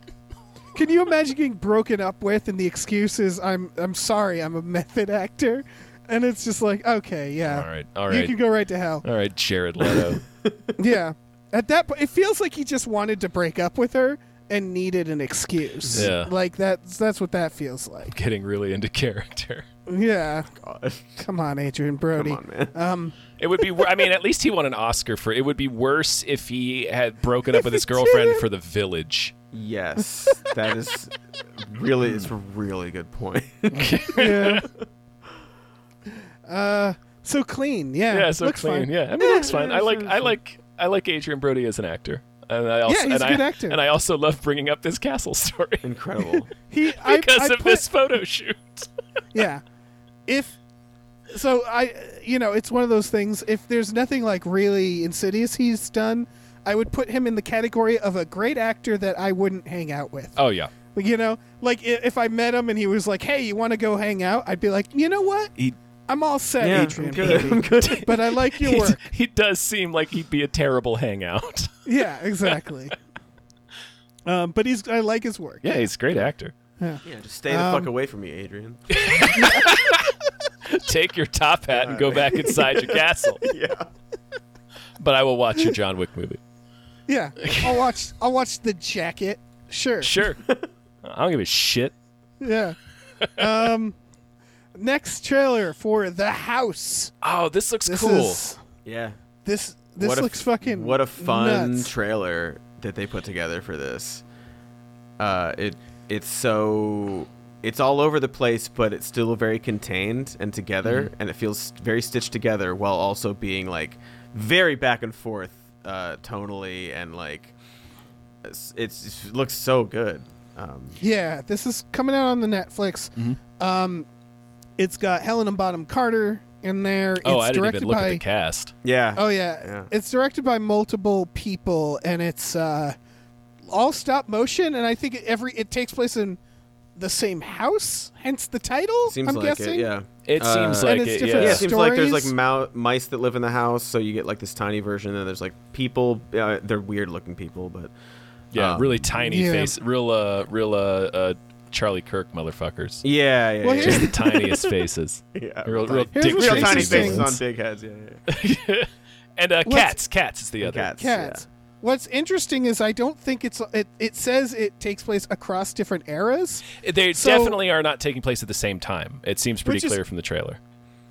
Can you imagine getting broken up with and the excuses? I'm I'm sorry, I'm a method actor, and it's just like okay, yeah, Alright, all you can right. go right to hell. All right, Jared Leto. Yeah. At that point, it feels like he just wanted to break up with her and needed an excuse. Yeah. Like that's that's what that feels like. Getting really into character. Yeah. Oh, God. Come on, Adrian Brody. Come on, man. Uh, It would be wor- I mean, at least he won an Oscar for it would be worse if he had broken up with his girlfriend for the village. Yes, that is really it's a really good point. Yeah. uh, so clean. Yeah. Yeah, so Looks clean. fine. Yeah. I mean it looks fine. I like I like I like Adrian Brody as an actor. And I also, Yeah, he's and a good I, actor. And I also love bringing up this castle story Incredible. He I- because I of put- this photo shoot. yeah. If so, I you know it's one of those things. If there's nothing like really insidious he's done, I would put him in the category of a great actor that I wouldn't hang out with. Oh yeah, You know, like i- if I met him and he was like, "Hey, you want to go hang out?" I'd be like, "You know what? He- I'm all set, yeah, Adrian. I'm good. baby. I'm good. But I like your He- work. he does seem like he'd be a terrible hangout. Yeah, exactly. um, but he's I like his work. yeah, he's a great actor. Yeah, just stay the Um, fuck away from me, Adrian. Take your top hat and go back inside your castle. Yeah. But I will watch your John Wick movie. Yeah, I'll watch. I'll watch the jacket. Sure. Sure, I don't give a shit. Yeah. Um, next trailer for The House. Oh, this looks This cool. is Yeah. this. This what a- looks fucking. What a fun nuts. trailer that they put together for this. Uh, it it's so it's all over the place, but it's still very contained and together, Mm-hmm. and it feels very stitched together while also being like very back and forth uh, tonally and like it's, it's it looks so good. Um, Yeah, this is coming out on the Netflix. Mm-hmm. Um, it's got Helen and Bottom Carter in there. oh, it's I didn't directed even look by, at the cast. yeah. Oh yeah. Yeah. it's directed by multiple people, and it's uh, all stop motion. And I think every it takes place in the same house, hence the title. Seems I'm like guessing. it. Yeah. It Uh, seems And like it's it. different Yeah, Yeah. it seems like there's like Stories? mou- mice that live in the house, so you get like this tiny version, and there's like people. Uh, they're weird looking people, but Yeah, Um, really tiny Yeah. face, real uh, real uh, uh, Charlie Kirk motherfuckers. yeah, yeah, Well, yeah, Just the tiniest faces. yeah. Real, real Here's dick what's real tiny interesting. faces on big heads. Yeah, yeah, yeah. and uh, What's- cats. Cats is the other. cats. Cats. What's interesting is I don't think it's it. It says it takes place across different eras. They So- definitely are not taking place at the same time. It seems pretty Which is- clear from the trailer.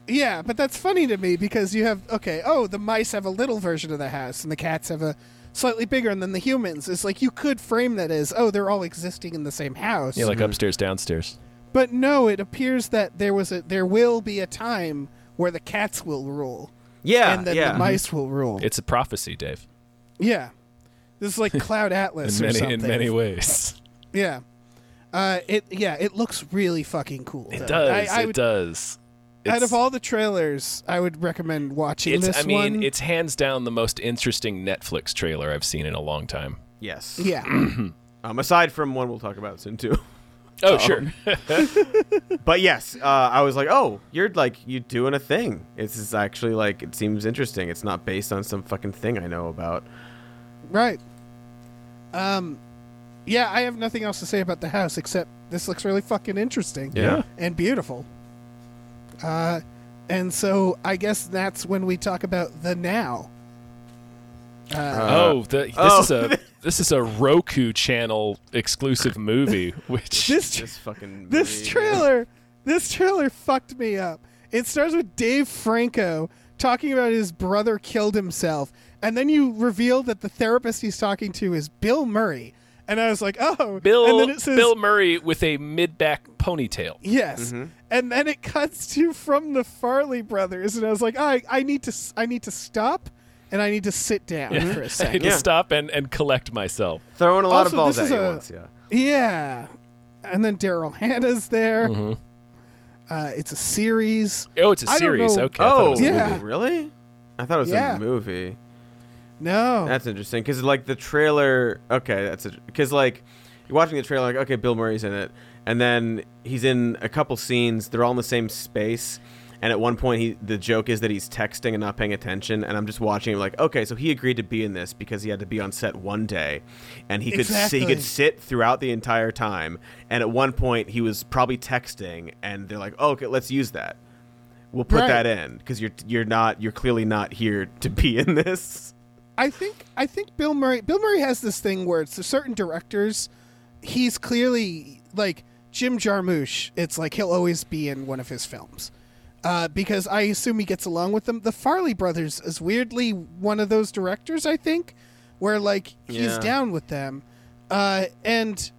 Yeah, but that's funny to me because you have okay. Oh, the mice have a little version of the house, and the cats have a slightly bigger, and then the humans. It's like you could frame that as oh, they're all existing in the same house. Yeah, like upstairs, downstairs. But no, it appears that there was a there will be a time where the cats will rule Yeah, and then yeah. the mice will rule. It's a prophecy, Dave. yeah. This is like Cloud Atlas In or many something. in many ways. Yeah. Uh, it yeah, it looks really fucking cool. It though. does. I, I it would, does. Out of all the trailers, I would recommend watching it's, this I mean, one. it's hands down the most interesting Netflix trailer I've seen in a long time. yes. yeah, Um, aside from one we'll talk about soon too. Oh, sure. Uh, But yes, uh, I was like, oh, you're like you doing a thing. It's is actually like it seems interesting. It's not based on some fucking thing I know about. right. Um, yeah, I have nothing else to say about the house except this looks really fucking interesting. Yeah. and beautiful. Uh, and so I guess that's when we talk about the now. oh, the, this oh. is a this is a Roku channel exclusive movie, which This This fucking this movie. trailer this trailer fucked me up it starts with dave franco talking about his brother killed himself and then you reveal that the therapist he's talking to is bill murray and i was like oh and Bill then it says Bill Murray with a mid back ponytail. yes and then it cuts to from the farley brothers and i was like i i need to s- i need to stop and i need to sit down for a I had second to stop and, and collect myself. throwing a lot Also, of balls this is at you a- once. Yeah. yeah and then daryl hannah's there uh, it's a series Oh, it's a I don't series. know- Oh. Okay. I thought it was a movie. yeah. Oh, really? I thought it was Yeah. a movie. no That's interesting because like the trailer. Okay, that's because like you're watching the trailer, like okay, Bill Murray's in it, and then he's in a couple scenes. They're all in the same space, and at one point, he the joke is that he's texting and not paying attention. And I'm just watching him like, okay, so he agreed to be in this because he had to be on set one day, and he could see, he Exactly. could sit throughout the entire time. And at one point, he was probably texting, and they're like, oh, okay, let's use that. We'll put Right. that in because you're you're not you're clearly not here to be in this. I think I think Bill Murray Bill Murray has this thing where it's certain directors he's clearly like Jim Jarmusch it's like he'll always be in one of his films uh, because I assume he gets along with them the Farley brothers is weirdly one of those directors I think where like he's Yeah. down with them uh, and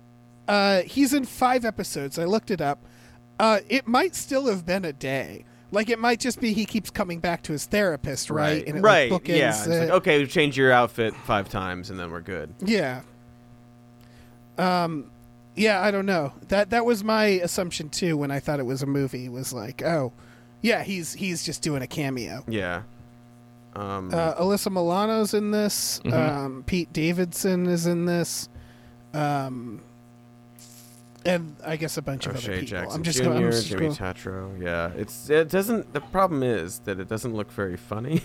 uh, he's in five episodes I looked it up uh, it might still have been a day Like it might just be he keeps coming back to his therapist, right? right, And it, right. Like, bookends yeah. It's it. like, okay, we've changed your outfit five times, and then we're good. Yeah. Um, yeah, I don't know. That that was my assumption too when I thought it was a movie. Was like, oh, yeah, he's he's just doing a cameo. Yeah. Um, Uh, Alyssa Milano's in this. Mm-hmm. Um, Pete Davidson is in this. Um, and I guess a bunch of other O'Shea people. Jackson I'm just Jr., going. I'm just Jimmy going Tatro. Yeah, it's it doesn't. The problem is that it doesn't look very funny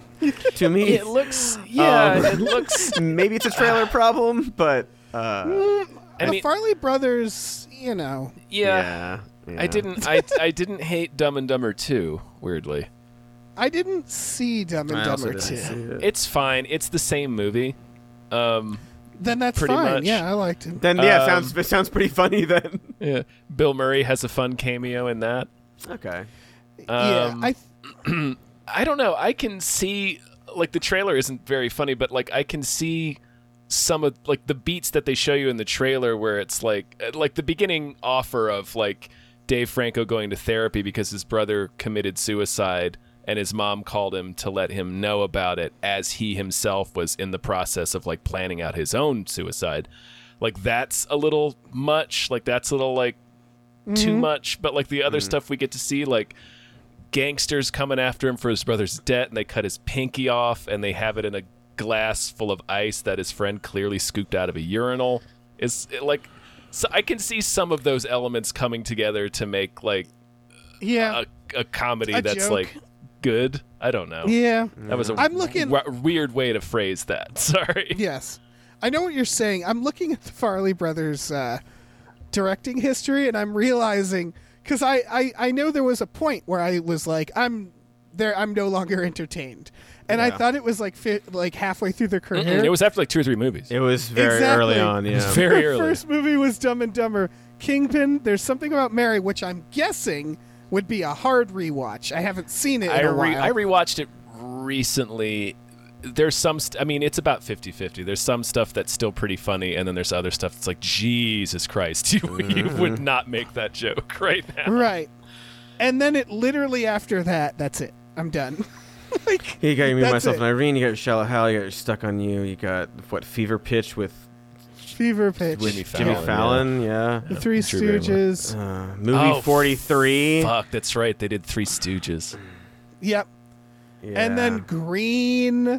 to me. It looks. yeah, Yeah, Um, it looks. Maybe it's a trailer problem, but uh, I the mean, Farley brothers, you know, yeah. yeah, yeah. I didn't. I I didn't hate Dumb and Dumber 2. Weirdly, I didn't see Dumb and I also Dumber didn't see two. it. it's fine. It's the same movie. Um, Then that's Pretty fine. much. Yeah, I liked him. Then yeah, Um, sounds it sounds pretty funny then. yeah. Bill Murray has a fun cameo in that. okay. yeah, um, I. Th- I don't know. I can see like the trailer isn't very funny, but like I can see some of like the beats that they show you in the trailer where it's like uh, like the beginning offer of like Dave Franco going to therapy because his brother committed suicide and his mom called him to let him know about it as he himself was in the process of like planning out his own suicide. Like that's a little much, like that's a little like too much, but like the other stuff we get to see like gangsters coming after him for his brother's debt and they cut his pinky off and they have it in a glass full of ice that his friend clearly scooped out of a urinal is it, like so i can see some of those elements coming together to make like yeah. uh, a, a comedy A that's joke. like good i don't know yeah. that was a I'm looking- wa- weird way to phrase that sorry Yes. I know what you're saying. I'm looking at the Farley brothers uh, directing history and I'm realizing because I, I, I know there was a point where I was like, I'm there. I'm no longer entertained. And I Yeah. thought it was like fi- like halfway through their career. it was after like two or three movies It was very Exactly. early on. It was Yeah. very Their early first movie was Dumb and Dumber. Kingpin, there's something about Mary, which I'm guessing would be a hard rewatch. I haven't seen it in I, a re- while. I rewatched it recently. There's some, st- I mean, it's about 50 50. There's some stuff that's still pretty funny, and then there's other stuff that's like, Jesus Christ, you, you would not make that joke right now. right. And then it literally after that, that's it. I'm done. like You got your me, That's myself, it. and Irene. You got your shallow Hal. You got your stuck on you. You got what fever pitch with fever pitch. Jimmy Jimmy Fallon, Fallon. Yeah. The Three Drew Barrymore. Stooges. Uh, movie Oh, 43. Fuck, that's right. They did Three Stooges. Yep. Yeah. And then Green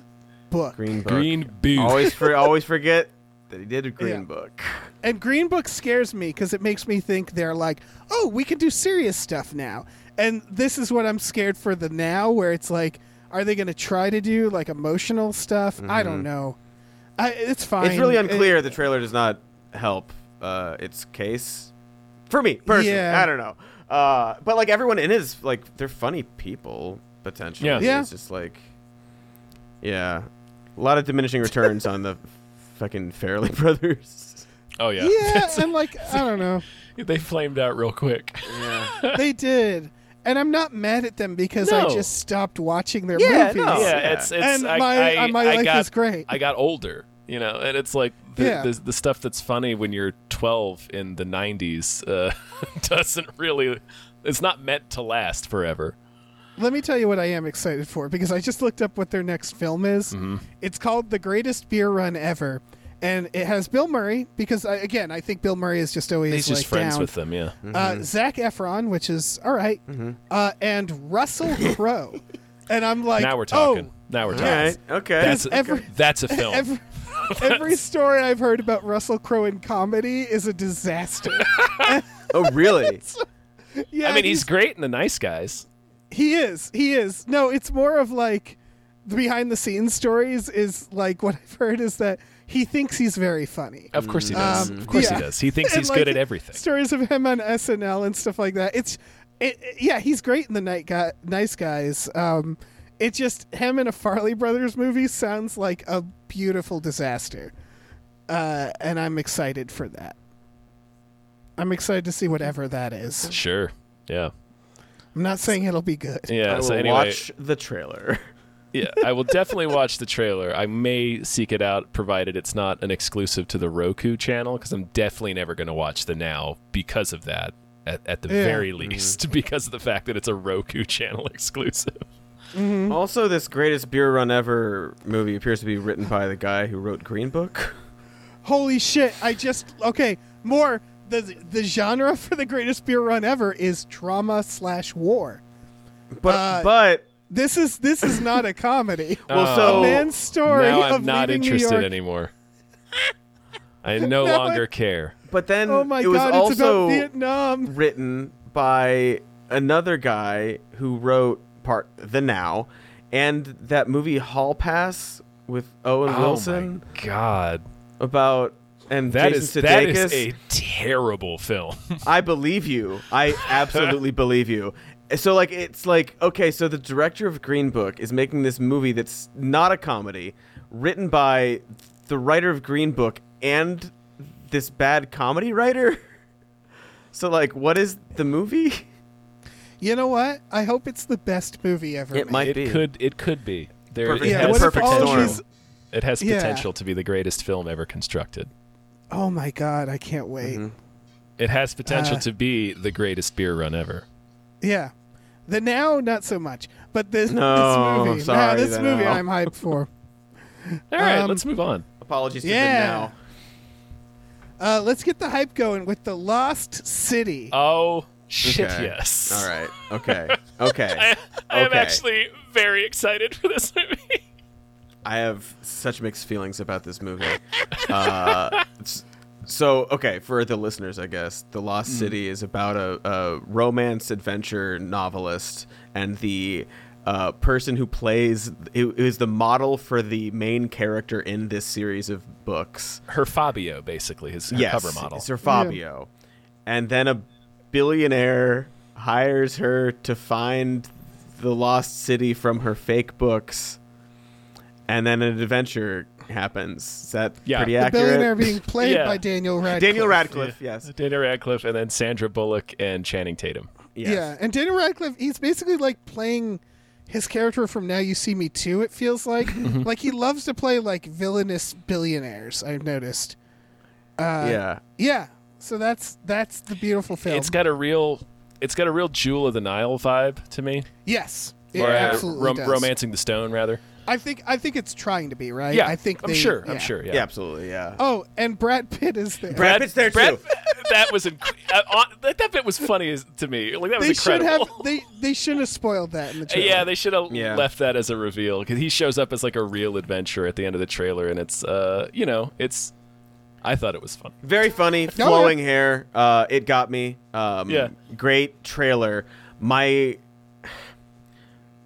Book. Green Book. Green Booth. always for always forget that he did a Green Yeah. Book. And Green Book scares me because it makes me think they're like, oh, we can do serious stuff now. And this is what I'm scared for the now, where it's like, are they going to try to do like emotional stuff? I don't know. I, it's fine. Mm-hmm. It's Uh, really It- unclear. the trailer does not help uh, its case for me personally. Yeah. I don't know. Uh, but like everyone in it is like they're funny people potentially. Yeah. Yeah. It's just like yeah, a lot of diminishing returns on the fucking Fairley Brothers. Oh, yeah. yeah, and like I don't know, they flamed out real quick. they did, and I'm not mad at them because I No. just stopped watching their Yeah, movies. no. yeah, Yeah. it's it's And I, my- I, uh, my I life got, is great. I got older, you know, and it's like the, Yeah. the, the stuff that's funny when you're 12 in the 90s uh, doesn't really. It's not meant to last forever. Let me tell you what I am excited for because I just looked up what their next film is. Mm-hmm. It's called The Greatest Beer Run Ever, and it has Bill Murray because I, again I think Bill Murray is just always He's just like, friends down. with Mm-hmm. them, yeah. Uh, Zach Efron, which is all right, Mm-hmm. uh, and Russell Crowe, and I'm like, now we're talking. Oh, now we're talking. All right. Okay. That's, a, every- that's a film. oh, every, every story I've heard about Russell Crowe in comedy is a disaster. oh really? yeah, I mean, he's great in The Nice Guys. He is. He is. No, it's more of like the behind the scenes stories is like what I've heard is that he thinks he's very funny. Of course he does. Um, of course yeah. he does. He thinks And, he's like, good at everything. Stories of him on SNL and stuff like that. It's it, it- yeah, he's great in the night guy, nice guys. Um it just him in a Farley Brothers movie sounds like a beautiful disaster. Uh, and I'm excited for that. I'm excited to see whatever that is. Sure. Yeah. I'm not saying it'll be good. Yeah. I will so anyway, watch the trailer. yeah, I will definitely watch the trailer. I may seek it out, provided it's not an exclusive to the Roku channel, because I'm definitely never going to watch the now because of that. at, at the Yeah. Mm-hmm. very least because of the fact that it's a Roku channel exclusive. Also, this greatest beer run ever movie appears to be written by the guy who wrote Green Book. Holy shit! I just okay. More the the genre for the greatest beer run ever is drama slash war. But Uh, but This is this is not a comedy. well, Oh. so Man's story now I'm of not leaving New interested York. anymore. I no Now I- longer care. but then Oh my it was god! it's also about Vietnam. written by another guy who wrote part the now and that movie Hall Pass with Owen Wilson Oh my god. about and That is Jason that Sudeikis. is a terrible film. I believe you. I absolutely believe you. So like it's like okay, so the director of Green Book is making this movie that's not a comedy, written by the writer of Green Book and this bad comedy writer. So like what is the movie? You know what? I hope it's the best movie ever. It made. might it be. could it could be. There Perfect- it Yeah. has What if perfect all storm. these? It has Yeah. potential to be the greatest film ever constructed. Oh my god! I can't wait. Mm-hmm. It has potential Uh, to be the greatest beer run ever. Yeah. The now, not so much, but this, No, this I'm movie, Nah, sorry, this the movie, now. I'm hyped for. All right, um, let's move on. Apologies to Yeah. the now. Uh, let's get the hype going with the Lost City. Oh shit, Okay. yes. All right. Okay. Okay. I, I am Okay. actually very excited for this movie. I have such mixed feelings about this movie. uh, s- so, okay, for the listeners, I guess, The Lost City is about a, a romance adventure novelist and the uh, person who plays who is the model for the main character in this series of books. Her Fabio, basically, his her yes, cover model. it's her Fabio, and then a billionaire hires her to find the lost city from her fake books, and then an adventure happens. Is that Yeah. pretty The the accurate? billionaire being played Yeah. by Daniel Radcliffe. Daniel Radcliffe, yes, Dana Radcliffe, and then Sandra Bullock and Channing Tatum. yes. Yeah, and Daniel Radcliffe, he's basically like playing his character from Now You See Me Too. It feels like Mhm. like he loves to play like villainous billionaires. I've noticed. yeah. Yeah, so that's that's the beautiful film. It's got a real, it's got a real Jewel of the Nile vibe to me. yes, it Or, uh, absolutely rom- does. romancing the stone rather. I think I think it's trying to be right. Yeah, I think I'm they- sure. yeah. I'm sure. Yeah. yeah, absolutely, yeah. Oh, and Brad Pitt is there. Brad Pitt's there Brad- too. that was inc- uh, on- that, that bit was funny as, to me. Like that was they should incredible. have they they shouldn't have spoiled that in the trailer. Uh, yeah, they should have Yeah. left that as a reveal because he shows up as like a real adventure at the end of the trailer, and it's uh, you know, it's. I thought it was fun. Very funny, Oh, yeah. flowing hair. Uh, it got me. Um, Yeah. Great trailer. My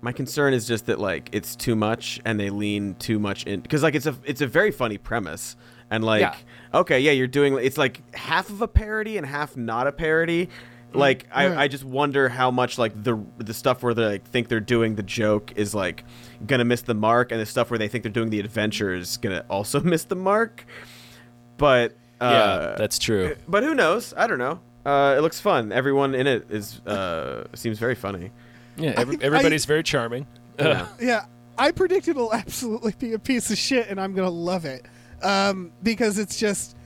my concern is just that like it's too much and they lean too much in because like it's a it's a very funny premise and like Yeah. okay yeah you're doing it's like half of a parody and half not a parody. Like Mm. Right. I, I just wonder how much like the the stuff where they like, think they're doing the joke is like gonna miss the mark, and the stuff where they think they're doing the adventure is gonna also miss the mark. But uh, yeah, that's true. but who knows? I don't know. Uh, it looks fun. Everyone in it is uh, seems very funny. Yeah, every, I- everybody's very charming. Yeah. Yeah, I predict it'll absolutely be a piece of shit, and I'm gonna love it um, because it's just.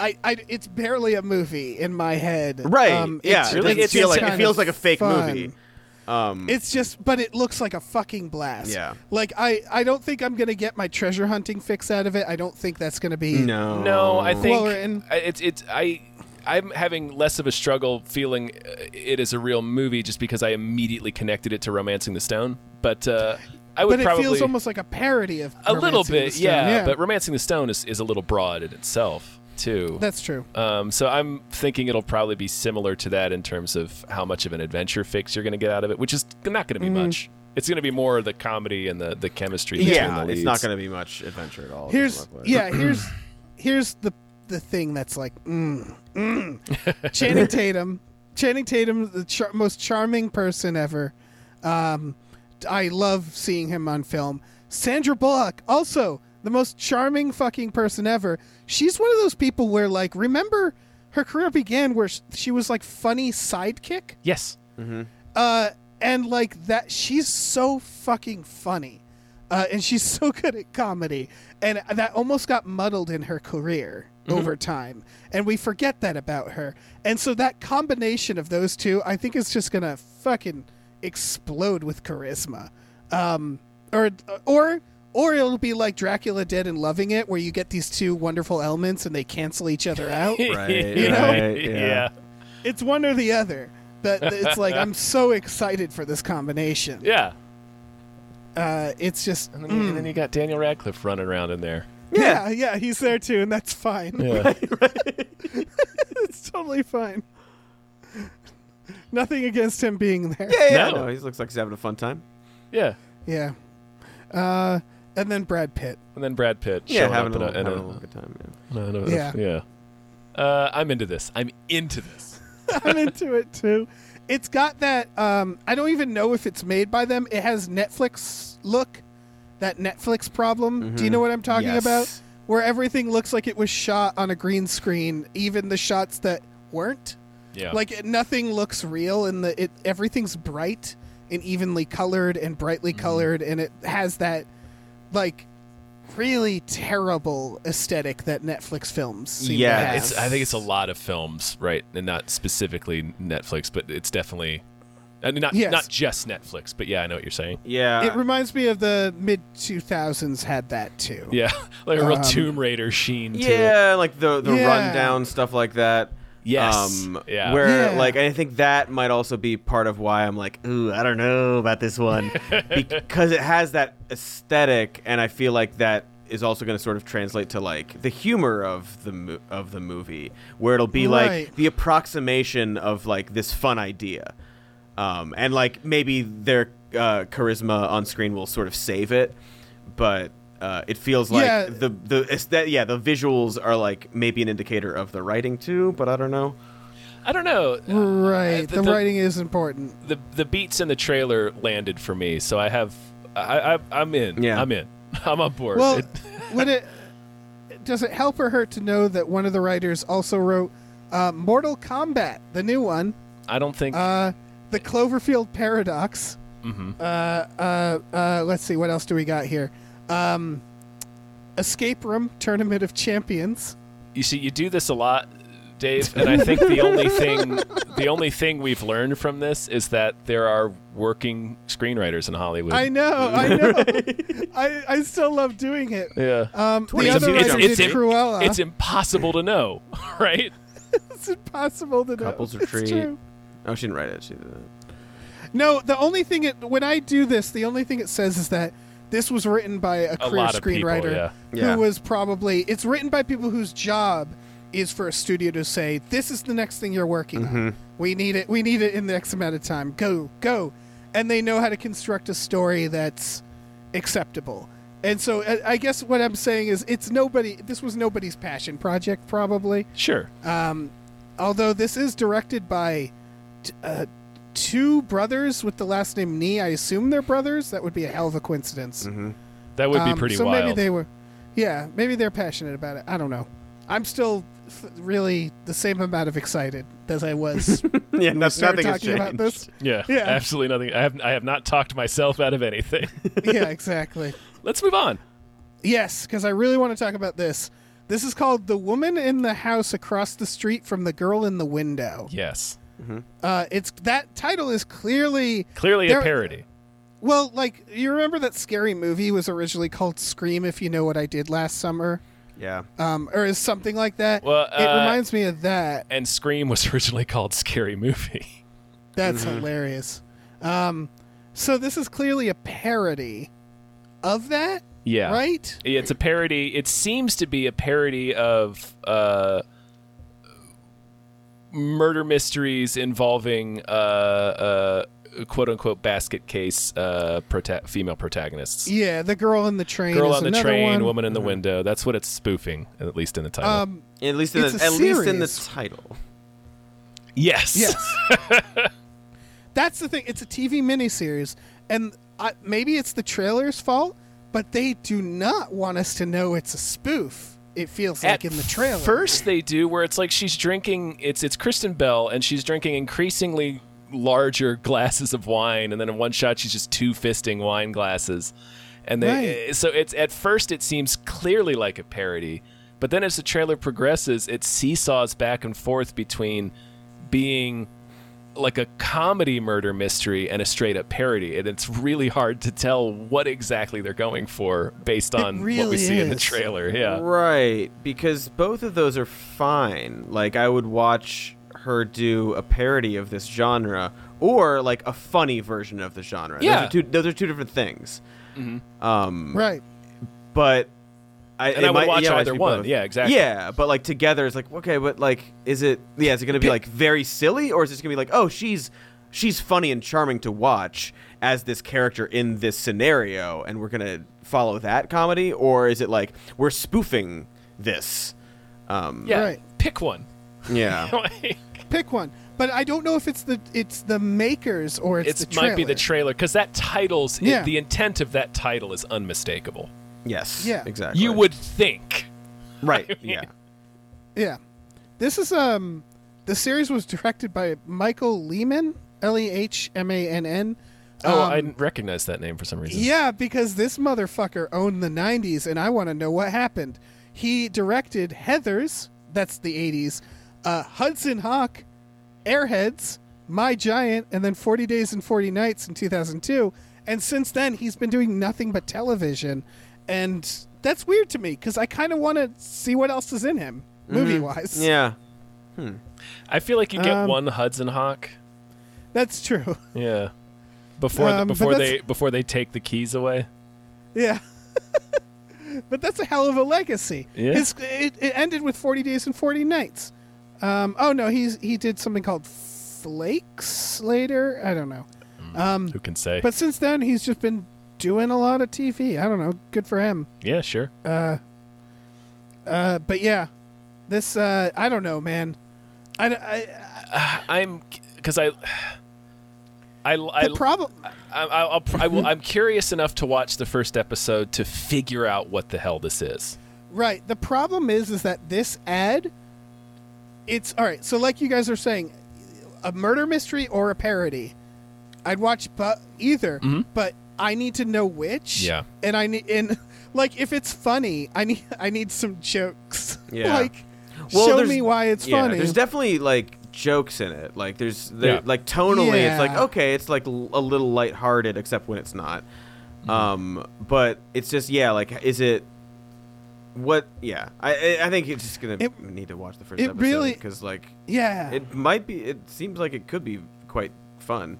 I, I, it's barely a movie in my head. Right. Um, yeah. it's- it doesn't it's feel just like it kind feels of like a fake fun. movie. Um, It's just, but it looks like a fucking blast. Yeah. Like I, I don't think I'm gonna get my treasure hunting fix out of it. I don't think that's gonna be. no. No, I think Well, and- I- it's it's I I'm having less of a struggle feeling uh, it is a real movie just because I immediately connected it to Romancing the Stone, but uh, I would But it probably feels almost like a parody of. a little Romancing the bit, Stone. yeah, yeah. But Romancing the Stone is is a little broad in itself too. that's true. um, so I'm thinking it'll probably be similar to that in terms of how much of an adventure fix you're going to get out of it, which is not going to be Mm-hmm. much. It's going to be more the comedy and the, the chemistry between Yeah, the leads. it's not going to be much adventure at all. it here's doesn't look like. yeah here's here's the the thing that's like mm, mm. Channing Tatum Channing Tatum the char- most charming person ever um, I love seeing him on film Sandra Bullock also the most charming fucking person ever she's one of those people where like remember her career began where sh- she was like funny sidekick Yes. uh, and like that she's so fucking funny uh, and she's so good at comedy, and that almost got muddled in her career over time, and we forget that about her. And so that combination of those two, I think, is just gonna fucking explode with charisma, um, or or or it'll be like Dracula did in Loving It, where you get these two wonderful elements and they cancel each other out. Right. You know? right, yeah. it's one or the other. But it's like I'm so excited for this combination. Yeah. Uh, it's just And then, you, and Mm. then you got Daniel Radcliffe running around in there. yeah, yeah, he's there too, and that's fine. Yeah. it's totally fine. Nothing against him being there. Yeah, yeah, No. no, he looks like he's having a fun time. yeah. Yeah. Uh, and then Brad Pitt. And then Brad Pitt Yeah, showing having up a, in a, in little, having a a- little good time. Yeah. No, no, Yeah. yeah. Uh, I'm into this. I'm into this. I'm into it too. It's got that. Um, I don't even know if it's made by them. It has Netflix look, that Netflix problem. Do you know what I'm talking Yes. about? Where everything looks like it was shot on a green screen, even the shots that weren't. Yeah. Like it- nothing looks real, and the it everything's bright and evenly colored and brightly Mm-hmm. colored, and it has that like really terrible aesthetic that Netflix films. Seem to Yeah, have. it's I think it's a lot of films, right? And not specifically Netflix, but it's definitely I mean, not Yes. not just Netflix, but yeah, I know what you're saying. Yeah. It reminds me of the mid 2000s had that too. Yeah. like a real Um, Tomb Raider sheen to it. yeah, like the the Yeah. rundown stuff like that. Yes. Um, Yeah. Where Yeah. like I think that might also be part of why I'm like, ooh, I don't know about this one, because it has that aesthetic, and I feel like that is also going to sort of translate to like the humor of the mo- of the movie, where it'll be Right. like the approximation of like this fun idea, um, and like maybe their uh, charisma on screen will sort of save it, but. Uh, it feels like Yeah. the the aesthet- yeah the visuals are like maybe an indicator of the writing too, but I don't know. I don't know. Right. Uh, the, the- the- writing is important. The the beats in the trailer landed for me, so I have I, I I'm in. Yeah. I'm in. I'm on board. Well, It- would it does it help or hurt to know that one of the writers also wrote uh, Mortal Kombat, the new one, I don't think uh, the Cloverfield Paradox. Mm-hmm. Uh, uh, uh, let's see, what else do we got here? Um, Escape Room Tournament of Champions. you see you do this a lot dave and i think the only thing the only thing we've learned from this is that there are working screenwriters in hollywood I know, I know. I, I still love doing it. yeah Um, the It's- other it's- writer it's did im- Cruella. it's impossible to know right It's impossible to know. Couples It's retreat. true. Oh, she didn't write it. She did it. No, the only thing it when I do this, the only thing it says is that this was written by a, career lot of people, screenwriter yeah. who Yeah. was probably it's written by people whose job is for a studio to say this is the next thing you're working on. We need it. We need it in the X amount of time. Go, go, and they know how to construct a story that's acceptable. And so I- I guess what I'm saying is it's nobody. This was nobody's passion project, probably sure although this is directed by t- uh, two brothers with the last name Nee. I assume they're brothers. That would be a hell of a coincidence. that Mm-hmm. would be Um, pretty so wild maybe they were, yeah, maybe they're passionate about it. I don't know. I'm still f- really the same amount of excited as I was. when Yeah, no, we started nothing has talking changed. about this. yeah, Yeah. absolutely nothing i have i have not talked myself out of anything yeah, exactly. let's move on Yes, because I really want to talk about this. This is called "The Woman in the House Across the Street from the Girl in the Window." yes Uh, it's that title is clearly clearly There- a parody Well, like you remember that scary movie was originally called Scream if you know what I did last summer, Yeah. um, or is something like that. Well, it uh, reminds me of that. and scream was originally called scary movie That's hilarious. Um, so this is clearly a parody of that, yeah right? Yeah, it's a parody. It seems to be a parody of uh, murder mysteries involving uh, uh, quote unquote basket case uh, prota- female protagonists. Yeah, the girl in the train. Girl is on the another train, one. woman in the window. That's what it's spoofing, at least in the title. Um, At least in the, It's at a least in the series. title. yes. yes, that's the thing. It's a TV miniseries, and I, maybe it's the trailer's fault, but they do not want us to know it's a spoof. It feels like in the trailer. First, they do where it's like she's drinking. It's it's Kristen Bell, and she's drinking increasingly larger glasses of wine, and then in one shot, she's just two fisting wine glasses, and they so it's at first it seems clearly like a parody, but then as the trailer progresses, it seesaws back and forth between being like a comedy murder mystery and a straight up parody, and it's really hard to tell what exactly they're going for based on what really we see in the is. trailer. Yeah, Right, because both of those are fine. Like I would watch her do a parody of this genre or like a funny version of the genre. Yeah. Those are two those are two different things. Right. But I, And it I would might- watch yeah, it might either be one. both. Yeah, exactly. Yeah, but like together it's like okay, but like is it yeah, is it going to be like very silly or is it going to be like oh, she's she's funny and charming to watch as this character in this scenario and we're going to follow that comedy or is it like we're spoofing this um yeah. Right. Pick one. Yeah. Pick one. But I don't know if it's the it's the makers or it's, It the trailer. might be the trailer because that title's Yeah. the intent of that title is unmistakable. yes. Yeah. Exactly. You would think. Right. Yeah. Yeah. This is um the series was directed by Michael Lehman, L E H M A N N. Oh, I didn't recognize that name for some reason. Yeah, because this motherfucker owned the 90s and I want to know what happened. He directed Heathers, that's the 80s, uh, Hudson Hawk, Airheads, My Giant, and then 40 Days and 40 Nights in 2002. And since then, he's been doing nothing but television. And that's weird to me because I kind of want to see what else is in him, movie wise. Yeah. I feel like you get Um, one Hudson Hawk. That's true. Yeah. Before the, Um, but before that's- they before they take the keys away. Yeah. but that's a hell of a legacy. Yeah. His, it, it ended with 40 days and 40 nights. Um, oh, no, he's, he did something called Flakes later. I don't know. Hmm. Um, Who can say? But since then, he's just been doing a lot of TV. I don't know. Good for him. yeah, sure. Uh, but yeah, this, uh, I don't know, man. I, I, I'm because I. I, I, the problem. I, I, I'll, pr- I will, I'm curious enough to watch the first episode to figure out what the hell this is. Right. The problem is is that this ad it's all right. So like you guys are saying a murder mystery or a parody. I'd watch but either, but I need to know which. Yeah. And I need and like if it's funny, I need I need some jokes. Yeah. like Well, show there's- me why it's yeah, funny. There's definitely like jokes in it. Like there's there, Yeah. like tonally, it's like Yeah. okay, it's like l- a little lighthearted, except when it's not. Um, but it's just yeah, like is it what? Yeah, I I I think you're just gonna It- need to watch the first it episode really- because like yeah. it might be. It seems like it could be quite fun.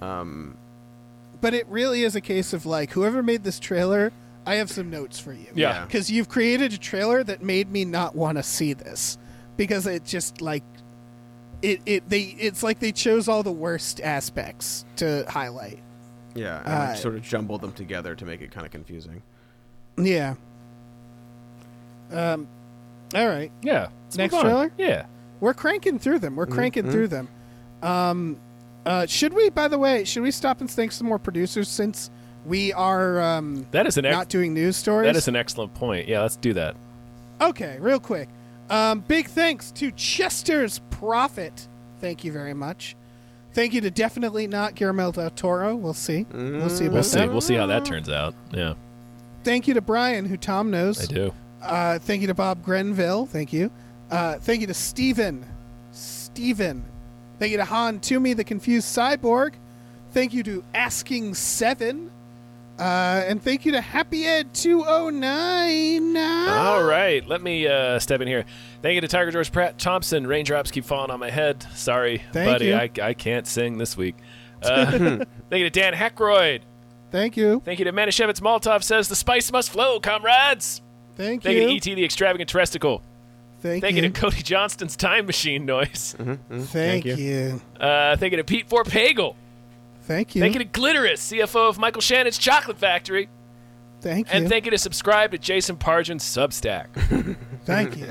but it really is a case of like whoever made this trailer, I have some notes for you. Yeah. Because you've created a trailer that made me not want to see this because it just like it it they it's like they chose all the worst aspects to highlight. Yeah, and like, Uh, sort of jumble them together to make it kind of confusing. Yeah. Um. All right, Yeah. let's Next move on. trailer? Yeah. we're cranking through them. We're cranking Mm-hmm. through them. Um. Uh. Should we? By the way, should we stop and thank some more producers since we are um That is an ex- not doing news stories? that is an excellent point. Yeah, let's do that. Okay, real quick. Um, big thanks to Chester's Prophet. Thank you very much. Thank you to definitely not Guillermo del Toro. We'll see. We'll see about We'll see. that. We'll see how that turns out. Yeah, Thank you to Brian, who Tom knows. I do. Uh, thank you to Bob Grenville. Thank you. Uh, thank you to Steven. Steven. Thank you to Han Toomey, the confused cyborg. Thank you to Asking Seven. Uh, and thank you to Happy Ed 209. All right, let me uh, step in here. Thank you to Tiger George Pratt Thompson. Raindrops keep falling on my head. Sorry, Thank buddy, you. I, I can't sing this week. Uh, thank you to Dan Hackroyd. Thank you. Thank you to Manischewitz Maltov says the spice must flow, comrades. Thank, Thank you. you to E.T. the Extravagant Terresticle. Thank, Thank you you. to Cody Johnston's Time Machine Noise. Thank, Thank you. Uh, thank you to Pete Forpagel. Thank you. Thank you to Glitterous, CFO of Michael Shannon's Chocolate Factory. Thank you. And thank you to subscribe to Jason Pargin's Substack. Thank you.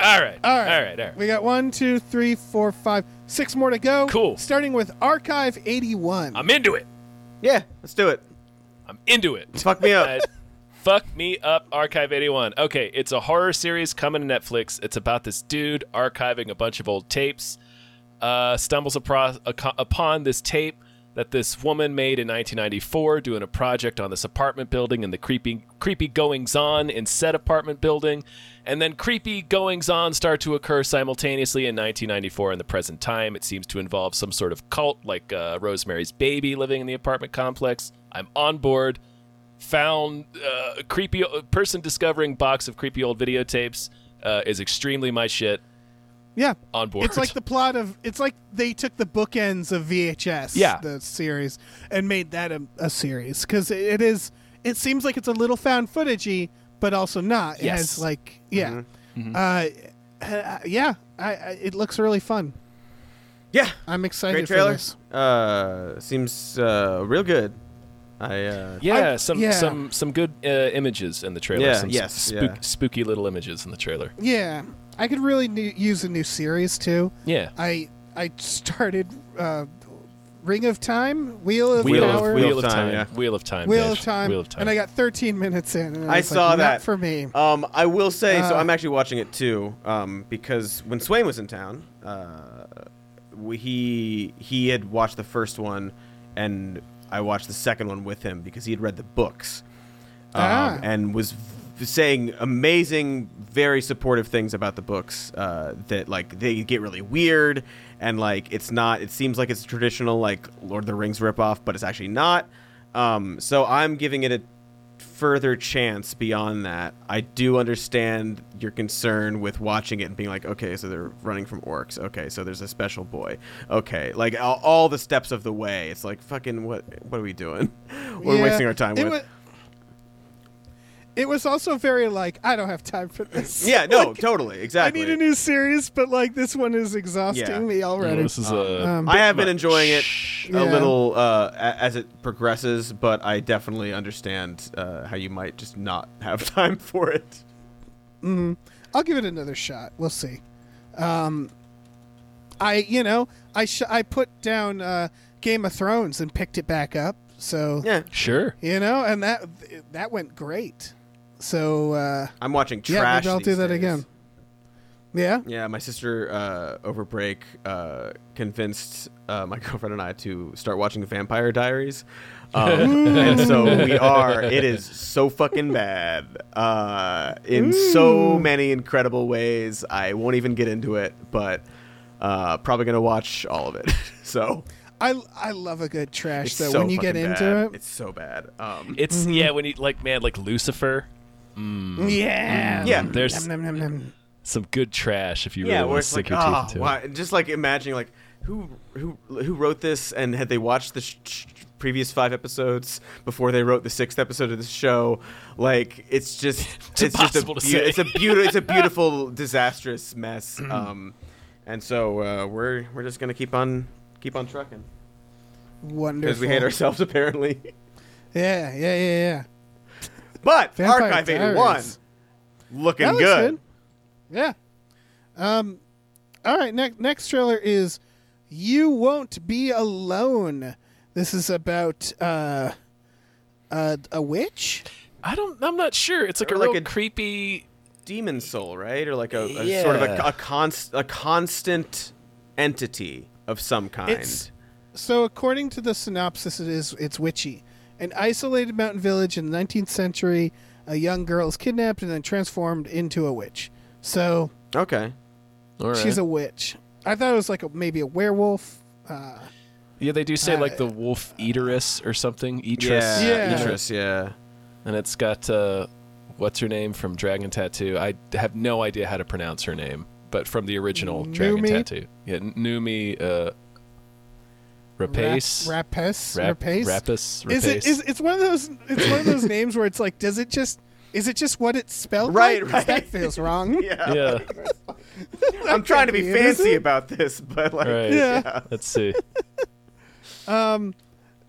All right. All right. All right. All right. We got one, two, three, four, five, six more to go. Cool. Starting with Archive 81. I'm into it. Yeah, let's do it. I'm into it. Fuck me Uh, up. Fuck me up, Archive 81. Okay, it's a horror series coming to Netflix. It's about this dude archiving a bunch of old tapes. Uh, stumbles apro- aco- upon this tape that this woman made in 1994 doing a project on this apartment building and the creepy creepy goings on in said apartment building and then creepy goings on start to occur simultaneously in 1994 and the present time it seems to involve some sort of cult like uh, rosemary's baby living in the apartment complex i'm on board found uh, creepy uh, person discovering box of creepy old videotapes uh, is extremely my shit Yeah. on board It's like the plot of it's like they took the bookends of VHS, Yeah. the series, and made that a, a series because it, it is. It seems like it's a little found footagey, but also not. It Yes. Mm-hmm. has like yeah, Mm-hmm. Uh, uh, yeah. I, I, it looks really fun. Yeah, I'm excited great for trailer. this. Uh, seems uh, real good. I uh, yeah I- some yeah. some some good uh, images in the trailer Yeah, some s- yes, spook, yeah. spooky little images in the trailer Yeah, I could really new, use a new series too. yeah I I started uh, Ring of Time, Wheel of Wheel of- Power, Wheel of Time, yeah. Wheel of Time. Wheel bitch. of Time, Wheel of Time. and I got 13 minutes in. And I, I was like, saw "Not that for me. Um, I will say, so Uh, I'm actually watching it too, um, because when Swain was in town, uh, we, he he had watched the first one, and I watched the second one with him because he had read the books, um, Ah. and was v- saying amazing, very supportive things about the books. Uh, that like they get really weird, and like it's not. It seems like it's a traditional like Lord of the Rings ripoff, but it's actually not. Um, so I'm giving it a further chance beyond that, I do understand your concern with watching it and being like, okay, so they're running from orcs. Okay, so there's a special boy. Okay, like all, all the steps of the way. It's like fucking what? What are we doing? We're Yeah. wasting our time It with. wa- it was also very like I don't have time for this. yeah, no, Like, totally, exactly. I need a new series, but like this one is exhausting Yeah. me already. Oh, this is uh, a. Um, I have been enjoying it Yeah. a little uh, a- as it progresses, but I definitely understand uh, how you might just not have time for it. I'll give it another shot. We'll see. Um, I you know I sh- I put down uh, Game of Thrones and picked it back up. So Yeah, sure. you know, and that that went great. So uh, I'm watching trash. yeah, maybe I'll do these that days. again. Yeah. Yeah, my sister uh, over break uh, convinced uh, my girlfriend and I to start watching Vampire Diaries, um, and so we are. It is so fucking bad uh, in so Mm. many incredible ways. I won't even get into it, but uh, probably gonna watch all of it. so I, I love a good trash it's though. so when you get fucking into bad. it, it's so bad. Um, It's Mm-hmm. yeah. When you like, man, like Lucifer. yeah, yeah, There's Nom, nom, nom, nom. some good trash if you yeah, really where want to it's stick like, your oh, teeth into why? and Just like imagining, like who who who wrote this, and had they watched the sh- sh- previous five episodes before they wrote the sixth episode of this show? Like, it's just it's, impossible to just a say. it's a beautiful it's a beautiful disastrous mess. Um, and so uh, we're we're just gonna keep on keep on trucking Wonderful. because we hate ourselves apparently. Yeah, yeah, yeah, yeah. but Vampire Archive eighty one Diaries. looking That looks good. Yeah. Um. All right. Next next trailer is "You Won't Be Alone." This is about uh, uh, a witch. I don't. I'm not sure. It's like Or a like real a- creepy. demon soul, right? Or like a, a sort of Yeah. a, a, const, a constant entity of some kind. It's so according to the synopsis, it is it's witchy. An isolated mountain village in the 19th century, a young girl is kidnapped and then transformed into a witch. So okay. All right. she's a witch. I thought it was like a, maybe a werewolf. yeah, they do say like the wolf eateress or something. Eatress. Yeah. Uh, Yeah. Idris, yeah. And it's got uh, what's her name from Dragon Tattoo. I have no idea how to pronounce her name, but from the original Dragon Numi? Tattoo. Yeah, Numi. Uh, Rapace. Rap- Rapes. Rap- Rapace. Rapis, Is it? Rapace. Is it's one of those? It's one of those names where it's like, does it just? Is it just what it's spelled? like? Right, 'Cause right. That feels wrong. Yeah. yeah. I'm trying to be That can't be it, is fancy it? about this, but like Right. Yeah. Let's see.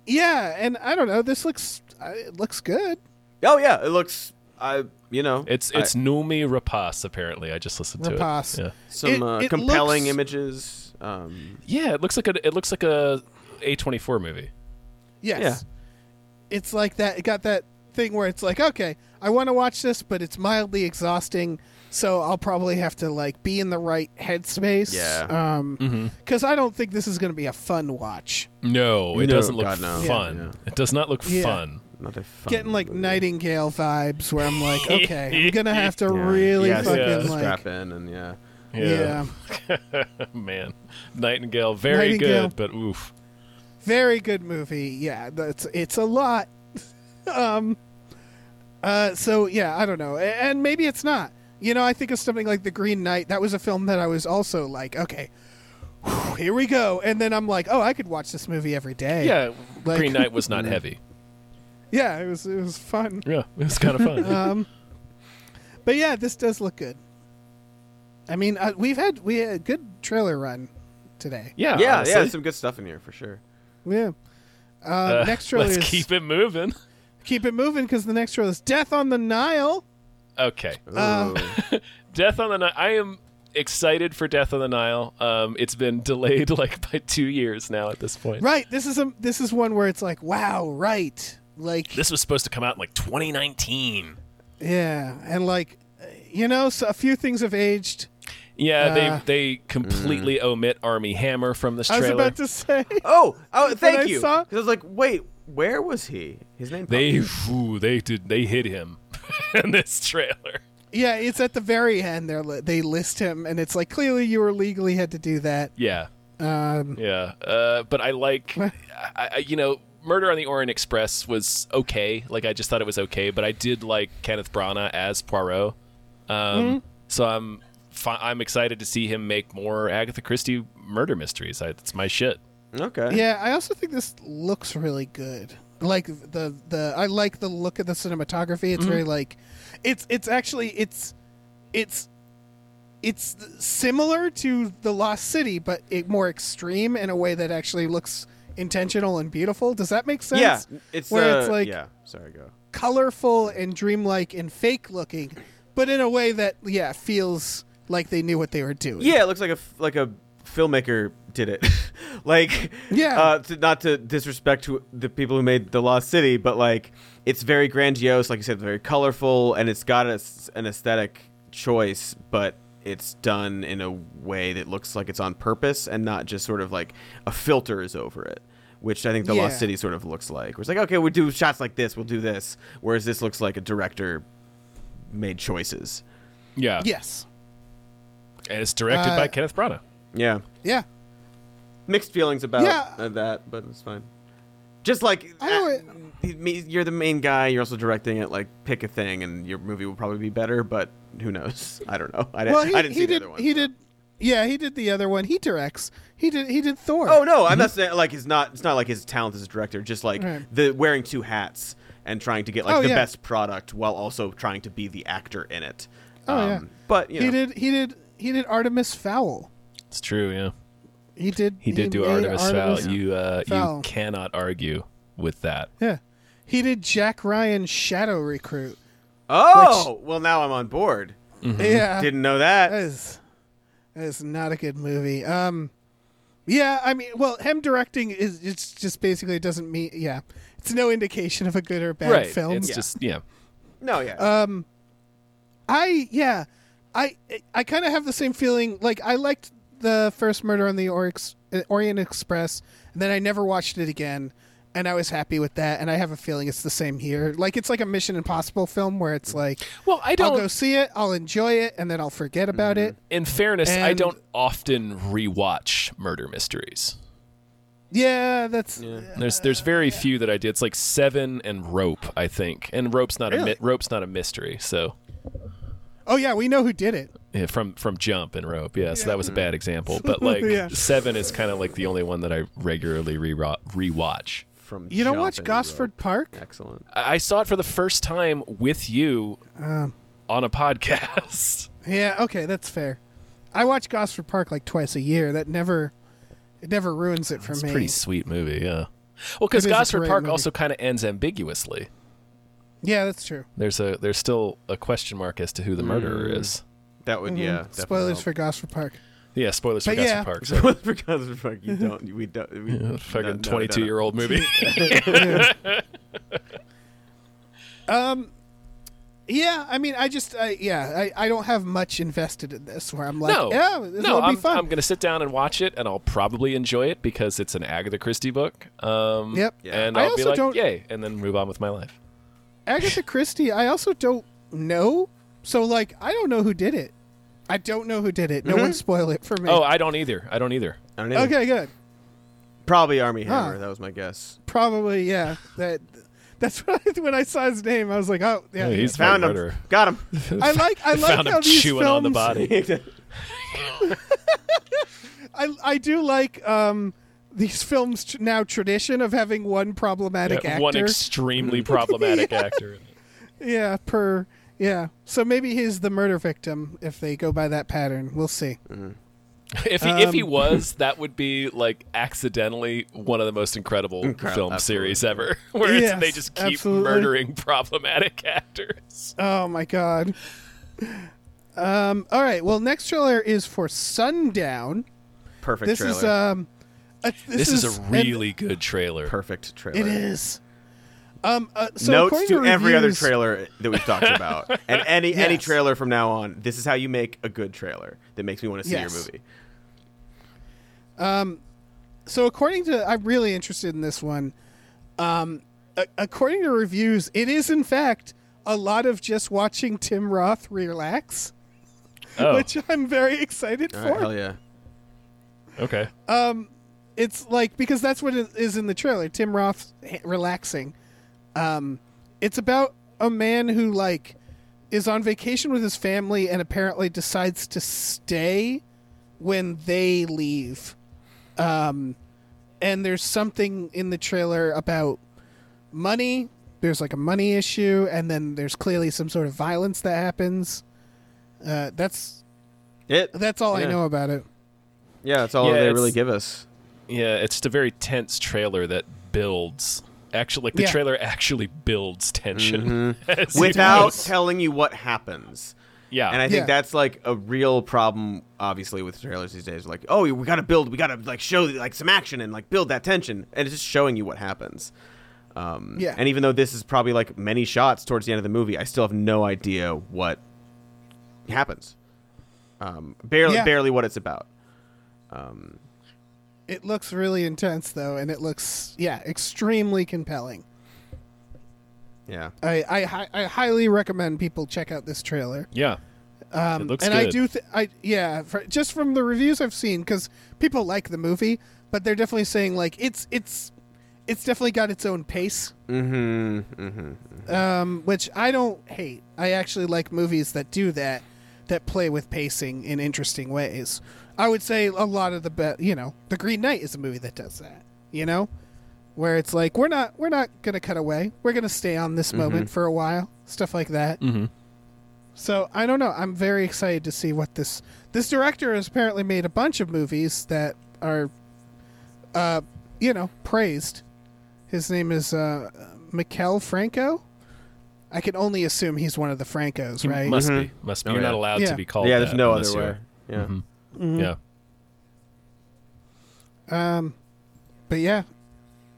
Yeah, and I don't know. This looks. uh, It looks good. Oh yeah, it looks I you know, It's I- it's Numi Rapace apparently. I just listened Rapace. to it. some it- uh, it compelling looks- images. Um Yeah. yeah, it looks like a it looks like a A24 movie. Yes. It's like that. It got that thing where it's like, okay, I want to watch this, but it's mildly exhausting, so I'll probably have to like be in the right headspace. Yeah. Um, because I don't think this is going to be a fun watch. No, it No, doesn't look God, no. Yeah. fun. Yeah. It does not look Yeah. fun. Not a fun Getting like movie. Nightingale vibes, where I'm like, okay, I'm gonna have to Yeah. really yeah, fucking yeah. like, strap in and yeah. yeah. Man, Nightingale, very Nightingale. good, but oof. very good movie. Yeah, that's it's a lot. um, uh, so yeah, I don't know, A- and maybe it's not. You know, I think of something like The Green Knight. That was a film that I was also like, okay, whew, here we go, and then I'm like, oh, I could watch this movie every day. Yeah, like- Green Knight was not heavy. yeah, it was it was fun. Yeah, it was kind of fun. Um, but yeah, this does look good. I mean, uh, we've had we had a good trailer run today. yeah, yeah, Oh, honestly. yeah, there's some good stuff in here for sure. Yeah. Uh, Uh, next trailer Let's is keep it moving. keep it moving because the next trailer is Death on the Nile. Okay, Uh, Ooh. Death on the Nile. I am excited for Death on the Nile. Um, it's been delayed like by two years now at this point. Right. This is a this is one where it's like, wow, right. Like This was supposed to come out in like 2019. yeah, and like you know, so a few things have aged. Yeah, Uh, they they completely omit Army Hammer from this I was trailer. about to say. oh, oh, thank I you. saw- 'Cause I was like, wait, where was he? His name. They ooh, they did they hit him in this trailer. Yeah, it's at the very end there li- they list him and it's like clearly you were legally had to do that. Yeah, Um yeah. Uh, but I like, I, I, you know, Murder on the Orient Express was okay. Like I just thought it was okay, but I did like Kenneth Branagh as Poirot. Um, Mm-hmm. So I'm fi- I'm excited to see him make more Agatha Christie murder mysteries. I, it's my shit. Pop- okay. yeah, I also think this looks really good. Like the the I like the look of the cinematography. It's Mm-hmm. very like it's it's actually it's it's it's similar to the Lost City, but it more extreme in a way that actually looks intentional and beautiful. Does that make sense? Yeah, it's where uh, it's like yeah. Sorry, go. colorful and dreamlike and fake looking, but in a way that yeah feels like they knew what they were doing. Yeah, it looks like a f- like a filmmaker did it. like Yeah. uh, to, not to disrespect to the people who made The Lost City, but like it's very grandiose, like you said, very colorful, and it's got a s an aesthetic choice, but it's done in a way that looks like it's on purpose and not just sort of like a filter is over it. Which I think The Yeah. Lost City sort of looks like. Where it's like, okay, we do shots like this, we'll do this. Whereas this looks like a director made choices. Yeah, Yes. And it's directed Uh, by Kenneth Branagh. Yeah. Yeah. mixed feelings about Yeah. uh, that, but it's fine. Just like I know uh, it- he- me- you're the main guy, you're also directing it. Like pick a thing, and your movie will probably be better. But who knows? I don't know. I didn't. Well, he, I didn't he see did. the other one. He did. Yeah, he did the other one. He directs. He did. He did Thor. Oh no, I'm not saying like it's not. It's not like his talent as a director. Just like Right. the wearing two hats and trying to get like Oh, the yeah. best product while also trying to be the actor in it. Um, Oh, yeah. But you know, he did. He did. He did Artemis Fowl. It's true. Yeah. He did. He did do made Artemis, Fowl. You uh, Fowl. you cannot argue with that. Yeah. He did Jack Ryan Shadow Recruit. Oh well, now I'm on board. Mm-hmm. Yeah. Didn't know that. that is that is not a good movie. Um, yeah, I mean, well, him directing is it's just basically it doesn't mean yeah, it's no indication of a good or bad right. film. It's just yeah. no, yeah. Uh, I yeah, I I kind of have the same feeling. Like I liked the first Murder on the Oryx, uh, Orient Express, and then I never watched it again, and I was happy with that. And I have a feeling it's the same here. Like it's like a Mission Impossible film where it's like Well, I I'll don't. go see it, I'll enjoy it, and then I'll forget about it. in fairness, I and- don't often rewatch murder mysteries. Yeah, that's There's there's very few that I did. It's like Seven and Rope, I think. And Rope's not a Really? mi- Rope's not a mystery. So oh yeah, we know who did it. yeah, from from Jump and Rope, yeah. So that was a bad example. But like Yeah. Seven is kind of like the only one that I regularly re rewatch. From You don't Jump watch and Gosford Rope. Park? Excellent. I, I saw it for the first time with you Uh. on a podcast. Yeah, okay, that's fair. I watch Gosford Park like twice a year. That never it never ruins it for It's a me. pretty sweet movie, yeah. Well, because It is a Gosford great Park movie. also kind of ends ambiguously. Yeah, that's true. There's a there's still a question mark as to who the murderer Hmm. is. That would yeah. definitely Mm-hmm. Spoilers help. for Gosford Park. Yeah, spoilers for But Gosford yeah. Park. So Spoilers for Gosford Park. You don't. We don't. We, no, no, fucking no, no. twenty two year old movie. Um, yeah, I mean, I just, I, yeah, I, I don't have much invested in this where I'm like, No, yeah, this no, will I'm, be fun. I'm gonna sit down and watch it, and I'll probably enjoy it because it's an Agatha Christie book. Um, Yep. Yeah. and I I'll be also like, don't- yay, and then move on with my life. Agatha Christie, I also don't know. So, like, I don't know who did it. I don't know who did it. No one spoil it for me. Mm-hmm. Oh, I don't either. I don't either. I don't know. okay, good. Probably Army Huh. Hammer. That was my guess. Probably, yeah. That that's what I, when I saw his name, I was like, oh, yeah. Yeah, he's Found my him. murderer. Got him. I like I like Found how him these chewing films, on the body. I I do like um these films tr- now tradition of having one problematic Yeah, actor. One extremely problematic actor. yeah, per yeah. So maybe he's the murder victim if they go by that pattern. We'll see. If he, if Um, he was, that would be like accidentally one of the most incredible film absolutely. series ever, where it's, they Yes, just keep absolutely. murdering problematic actors. Oh my god. Um all right, well next trailer is for Sundown. Perfect This trailer. is um a, this, This, is, a and- really good trailer. Perfect trailer. It is. Um uh, so Notes according to every other reviews- trailer that we've talked about, and any any Yes. trailer from now on. This is how you make a good trailer that makes me want to see Yes. your movie. so according to i'm really interested in this one um a- according to reviews it is in fact a lot of just watching tim roth relax Oh, which i'm very excited All for right, hell yeah. okay. it's like because that's what it is in the trailer tim roth h- relaxing um it's about a man who like is on vacation with his family and apparently decides to stay when they leave um and there's something in the trailer about money there's like a money issue and then there's clearly some sort of violence that happens uh that's It. that's all yeah. i know about it Yeah, that's all Yeah, they it's- really give us. Yeah, it's just a very tense trailer that builds. Actually, like the Yeah. trailer actually builds tension Mm-hmm. as it without goes. telling you what happens. Yeah, And I think Yeah. that's like a real problem, obviously, with trailers these days. Like, oh, we gotta build, we gotta like show like some action and like build that tension, and it's just showing you what happens. Um, Yeah. And even though this is probably like many shots towards the end of the movie, I still have no idea what happens. Um, barely, Yeah. barely what it's about. It looks really intense though, and it looks yeah, extremely compelling. Yeah. I I, hi- I highly recommend people check out this trailer. yeah. Um, it looks and good. I do th- I yeah, fr just from the reviews I've seen cuz people like the movie, but they're definitely saying like it's it's it's definitely got its own pace. Mhm. Mm-hmm. Mhm. Um which I don't hate. I actually like movies that do that that play with pacing in interesting ways. I would say a lot of the be- you know, The Green Knight is a movie that does that, you know? Where it's like we're not we're not going to cut away. We're going to stay on this moment for a while. Stuff like that. So I don't know. I'm very excited to see what this this director has apparently made a bunch of movies that are, uh, you know, praised. His name is uh, Mikel Franco. I can only assume he's one of the Francos, right? Must be, must be. Oh, You're yeah. not allowed Yeah. Mm-hmm. to be called. yeah. There's that no unless other way. Mm-hmm. you're- Yeah. Yeah. Um, But yeah,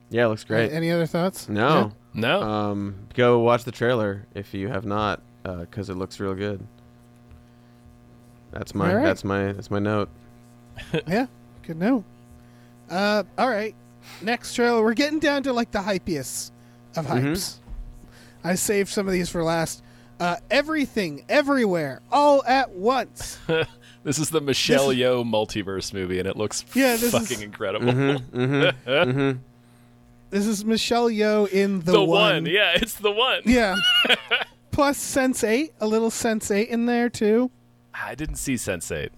Yeah. It looks great. any other thoughts? Mm. no. No. Um, go watch the trailer if you have not, because it looks real good. That's my All right. that's my that's my note. Yeah, yeah good note. Uh, all right, next trailer. We're getting down to like the hypiest of Mm-hmm. hypes. I saved some of these for last. Uh, everything, everywhere, all at once. This is the Michelle Yeoh multiverse movie, and it looks Yeah, this fucking is- incredible. Mm-hmm. This is Michelle Yeoh in the, The one. yeah, it's the one. Yeah. Plus Sense Eight, a little Sense Eight in there too. I didn't see Sense8.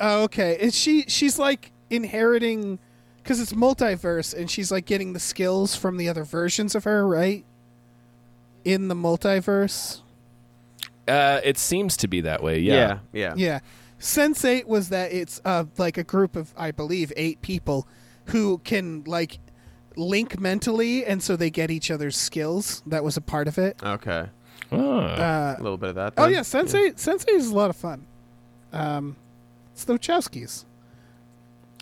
Oh, okay. And she she's like inheriting because it's multiverse, and she's like getting the skills from the other versions of her, right? In the multiverse. Uh, it seems to be that way. Yeah. Yeah, yeah. Yeah. Sense eight was that it's uh, like a group of I believe eight people who can like link mentally, and so they get each other's skills. That was a part of it. Okay, Oh. a little bit of that. Oh then. yeah, Sense eight. Sense eight is a lot of fun. Um, it's the Wachowskis.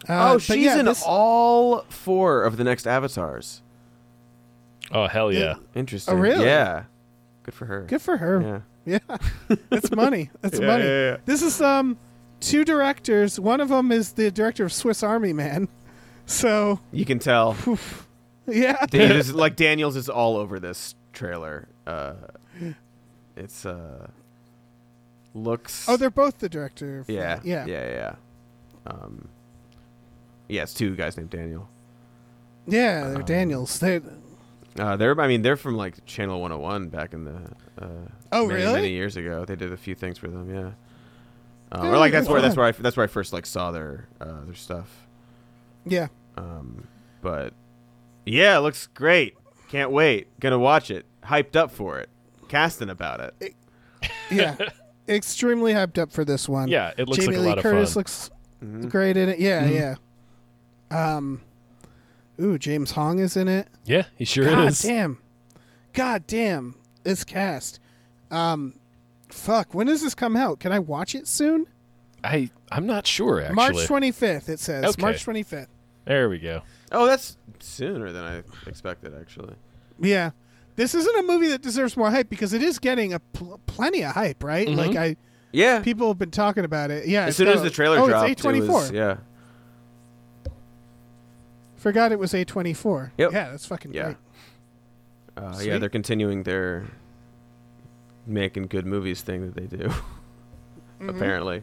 Uh, oh, but she's yeah, in this- all four of the next avatars. Oh, hell yeah. Interesting. Oh, really? Yeah. Good for her. Good for her. yeah. Yeah, it's money. It's Yeah, money. yeah, yeah. This is um two directors. One of them is the director of Swiss Army Man. So You can tell. yeah, Dan- this is- like Daniels is all over this trailer. Uh, it's uh, looks. oh, they're both the director. Of, yeah, yeah, yeah, yeah, yeah. Um, yeah, it's two guys named Daniel. Yeah, Um, They're Daniels. They. Uh, they're I mean they're from like Channel 101 back in the uh, Oh, many, really? many years ago. They did a few things for them, yeah. Uh, Oh, or like that's where that's where I that's where I first like saw their uh, their stuff. Yeah. Um, but yeah, it looks great. Can't wait. Gonna watch it. Hyped up for it. Casting about it. yeah, extremely hyped up for this one. Yeah, it looks Jamie like a Lee lot of Curtis fun. looks Mm-hmm. great in it. Yeah, yeah. Um, ooh, James Hong is in it. Yeah, he sure God is. damn, god damn, this cast. Um, fuck. When does this come out? Can I watch it soon? I I'm not sure actually. March twenty fifth. It says Okay. March twenty fifth. there we go. Oh, that's sooner than I expected actually. Yeah, this isn't a movie that deserves more hype because it is getting a pl- plenty of hype, right? Mm-hmm. Like I, Yeah. people have been talking about it. Yeah, as it's soon as got- the trailer oh, dropped, it's eight twenty four. Yeah. Forgot it was A24. Yep. Yeah, that's fucking Yeah. great. Uh, Sweet. yeah, they're continuing their making good movies thing that they do. Mm-hmm. Apparently,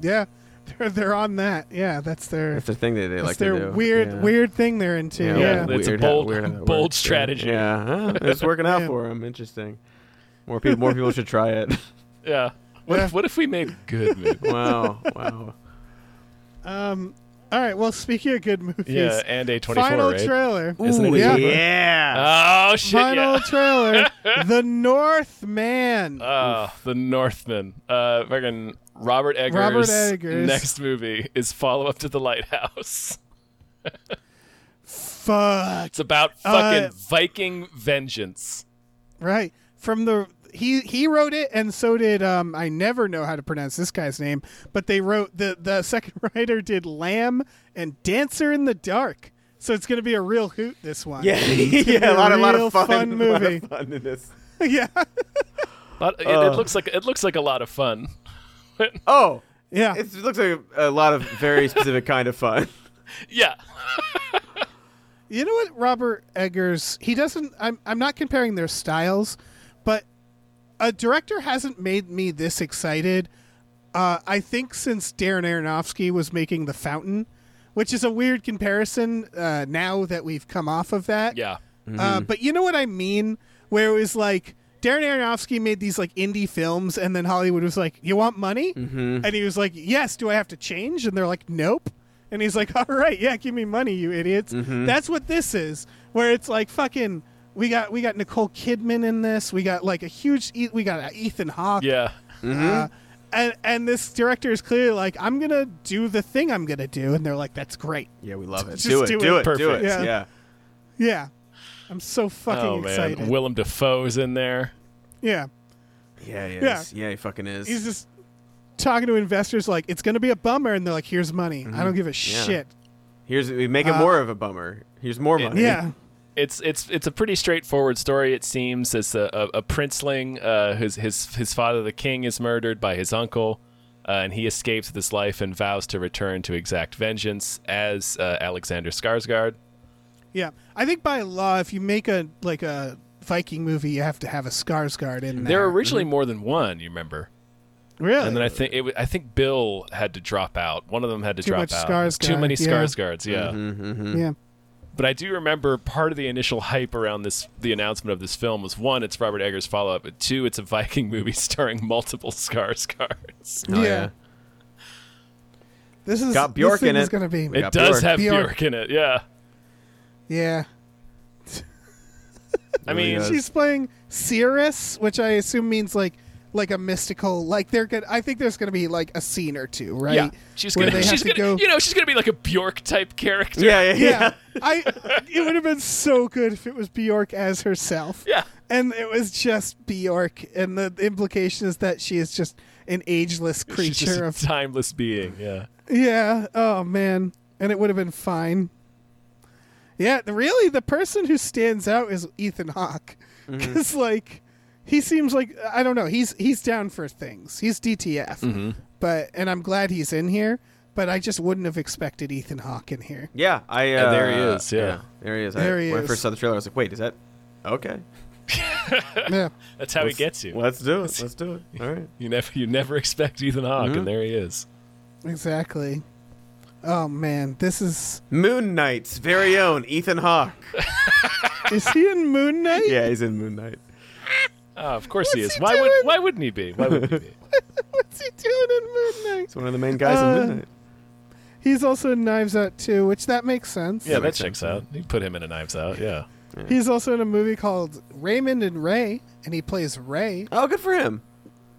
Yeah. They're, they're on that. Yeah, that's their that's the thing that they that's like their to do. weird Yeah. weird thing they're into. Yeah. Yeah. It's a how- bold- how that bold works. Yeah. strategy. Yeah, huh? it's working out Yeah. for them. Interesting. More people, more people should try it. Yeah. What, If, what if we made good movies? Wow, wow. Um all right, well speaking of good movies. yeah, and a twenty four, final right? trailer. Isn't it Ooh, a yeah. keeper? Oh shit! Final yeah. trailer. the Northman. Uh, the Northman. Uh, fucking Robert Eggers. Robert Eggers. Next movie is follow up to The Lighthouse. Fuck. It's about fucking Uh, Viking vengeance. Right. From the he he wrote it and so did um I never know how to pronounce this guy's name, but they wrote the the second writer did Lamb and Dancer in the Dark. So it's going to be a real hoot this one. Yeah, yeah, a lot, a lot real of fun, fun a lot of movie. fun in this. yeah. But it, it looks like it looks like a lot of fun. Oh, Yeah. it's- it looks like a, a lot of very specific kind of fun. Yeah. you know what Robert Eggers, he doesn't I'm I'm not comparing their styles, but a director hasn't made me this excited. Uh, I think since Darren Aronofsky was making The Fountain, which is a weird comparison uh, now that we've come off of that. Yeah. Uh, Mm-hmm. but you know what I mean? Where it was like Darren Aronofsky made these like indie films, and then Hollywood was like, "You want money?" Mm-hmm. And he was like, "Yes." Do I have to change? And they're like, "Nope." And he's like, "All right, yeah, give me money, you idiots." Mm-hmm. That's what this is. Where it's like fucking. We got we got Nicole Kidman in this. We got like a huge. E- We got uh, Ethan Hawke. Yeah. Mm-hmm. Uh, and and this director is clearly like, I'm gonna do the thing I'm gonna do, and they're like, "That's great." Yeah, we love it. Just do it, do do it. it, do Perfect. it. Yeah. Yeah. Yeah, I'm so fucking Oh excited. man, Willem Dafoe's in there. yeah. yeah, yeah, Yeah. yeah, he fucking is. he's just talking to investors like it's going to be a bummer and they're like here's money i don't give a shit Here's we make it Uh, more of a bummer. Here's more money. yeah It's it's it's a pretty straightforward story. It seems it's a, a, a princeling. Uh, his his his father, the king, is murdered by his uncle, uh, and he escapes this life and vows to return to exact vengeance as uh, Alexander Skarsgård. yeah i think by law if you make a like a viking movie you have to have a Skarsgård in There there were originally more than one, you remember, really and then I think it, wa- I think Bill had to drop out. One of them had to Too drop much out. There's Too Skarsgård, many yeah. Skarsgårds, yeah. yeah But I do remember part of the initial hype around this, the announcement of this film was one, it's Robert Eggers' follow up, but two, it's a Viking movie starring multiple Skarsgårds. Oh, Yeah. this is Got Bjork this in is it. going to be It got does Bjork. have Bjork. Bjork in it, yeah. yeah I really mean, does. she's playing cirrus which i assume means like like a mystical like they're gonna i think there's gonna be like a scene or two right yeah, she's Where gonna, they have she's to gonna, go- you know, she's gonna be like a Bjork type character. Yeah, yeah, yeah. yeah. I it would have been so good if it was Bjork as herself. Yeah. And it was just Bjork and the implication is that she is just an ageless she's just creature a of timeless being. Yeah, Yeah. Oh man. And it would have been fine. Mm-hmm. Yeah, the- really the person who stands out is Ethan Hawke. Cuz like he seems like I don't know. He's he's down for things. He's DTF, Mm-hmm. but and I'm glad he's in here. But I just wouldn't have expected Ethan Hawke in here. Yeah, I. Uh, And there he is, yeah. there he is. There I, he when I is. first saw the trailer, I was like, "Wait, is that okay? Yeah. That's how he gets you. Let's do it. Let's do it. All right. You never you never expect Ethan Hawke, Hmm? and there he is. Exactly. Oh man, this is Moon Knight's very own Ethan Hawke. is he in Moon Knight? yeah, he's in Moon Knight. Ah, of course he is. he why would doing? why wouldn't he be? Why would he be? What's he doing in Moon Knight? He's one of the main guys Uh, in Moon Knight. He's also in Knives Out too, which that makes sense. Yeah, that makes checks sense, out. You put him in a Knives Out. Yeah. He's also in a movie called Raymond and Ray, and he plays Ray. Oh, good for him.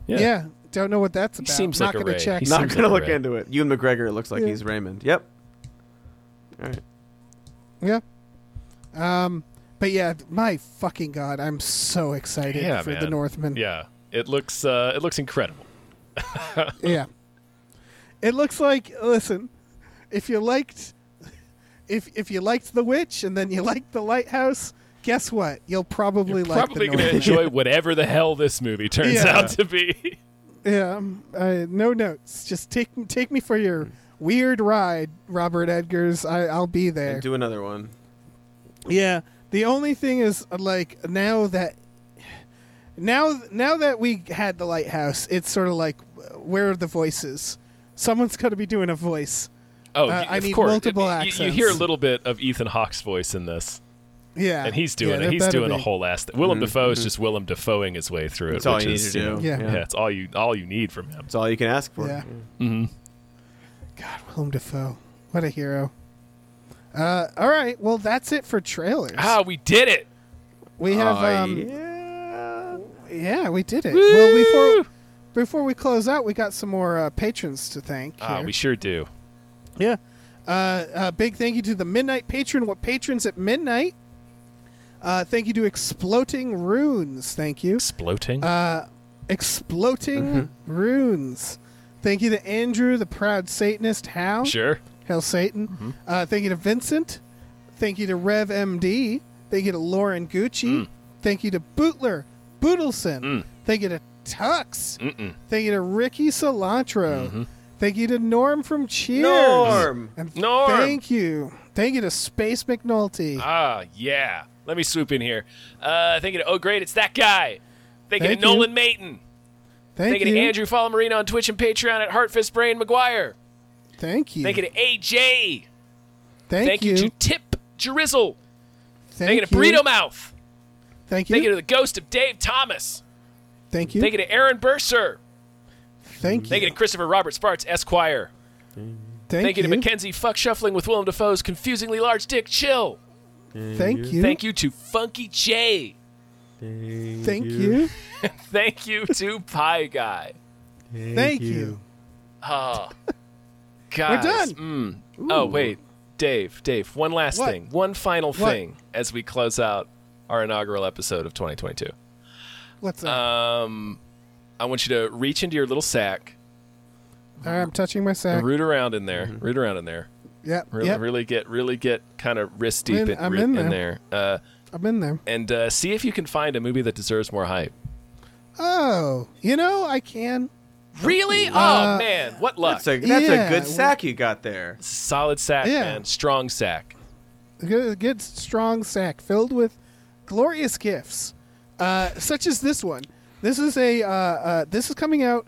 Yeah. Don't know what that's about. seems Not like a gonna Ray. check. He Not seems gonna like a look rat. into it. Ewan McGregor looks like Yeah. he's Raymond. Yep. All right. Yeah. Um, but yeah, my fucking god, I'm so excited Yeah, for the man. Northman. Yeah. It looks uh, it looks incredible. Yeah. It looks like listen, if you liked if if you liked The Witch and then you liked The Lighthouse, guess what? You'll probably like Probably The gonna Northman. enjoy whatever the hell this movie turns Yeah. out to be. Yeah, um, I, no notes. Just take take me for your weird ride, Robert Edgers. I, I'll be there. And do another one. Yeah. The only thing is, uh, like, now that now now that we had the lighthouse, it's sort of like, uh, where are the voices? Someone's got to be doing a voice. Oh, Uh, y- I of need course. multiple You- you, you hear a accents. little bit of Ethan Hawke's voice in this, Yeah, and he's Yeah, doing there it. He's better doing a be. whole ass. Th- Willem Dafoe is just Willem Dafoeing his way through Mm-hmm. That's it. all which you need is, to you know, do. Yeah. yeah. it's all you all you need from him. It's all you can ask for. Yeah. God, Willem Dafoe, what a hero. Uh, all right, well that's it for trailers. Ah, we did it! we Oh, have, um, yeah. yeah. we did it. Well, before before we close out, we got some more uh, patrons to thank. Ah, here. we sure do. Yeah. Uh, uh, big thank you to the Midnight Patron. What patrons at midnight? Uh, thank you to Exploting Runes. Thank you. Exploting. Uh, Exploting Runes. Thank you to Andrew, the proud Satanist. How? sure. Hail Satan. Uh, thank you to Vincent. Thank you to Rev MD. Thank you to Lauren Gucci. Thank you to Bootler Bootleson. Thank you to Tux. Thank you to Ricky Cilantro. Thank you to Norm from Cheers. Norm. And Norm. Thank you. Thank you to Space McNulty. Ah, yeah. Let me swoop in here. Uh, thinking, oh great, it's that guy. Thinking Thank of you. Nolan Mayton. thank thinking you. of Andrew Falamarino on Twitch and Patreon at Heartfist Brain McGuire. Thank you. Thinking of AJ. Thank, Thank you to Tip Drizzle. Thank Thinking you. of Burrito Mouth. Thank Thinking you. of the ghost of Dave Thomas. Thank you. Thinking of Aaron Burser. Thank Thinking you. of Christopher Robert Sparts Esquire. Thank Thank you to you. Mackenzie Fuck Shuffling with Willem Dafoe's confusingly large dick chill. Thank you. Thank you to Funky J. Thank you. Thank you to Pie Guy. Thank you. Oh, We're guys. done. Oh wait, Dave, Dave, one last What? thing, one final What? thing as we close out our inaugural episode of 2022. What's up? I want you to reach into your little sack, All right, I'm touching my sack. root around in there, root around in there, Yep, really, Uh, mm-hmm. yep. really get, really get kind of wrist deep In- in, I'm ri- in there, uh, I'm in there. and uh, see if you can find a movie that deserves more hype. Oh, you know I can. Really? oh man, what luck! That's a that's Yeah, a good we- sack you got there. Solid sack, Yeah. man, strong sack. Good, good strong sack filled with glorious gifts, uh, such as this one. This is a uh, uh, this is coming out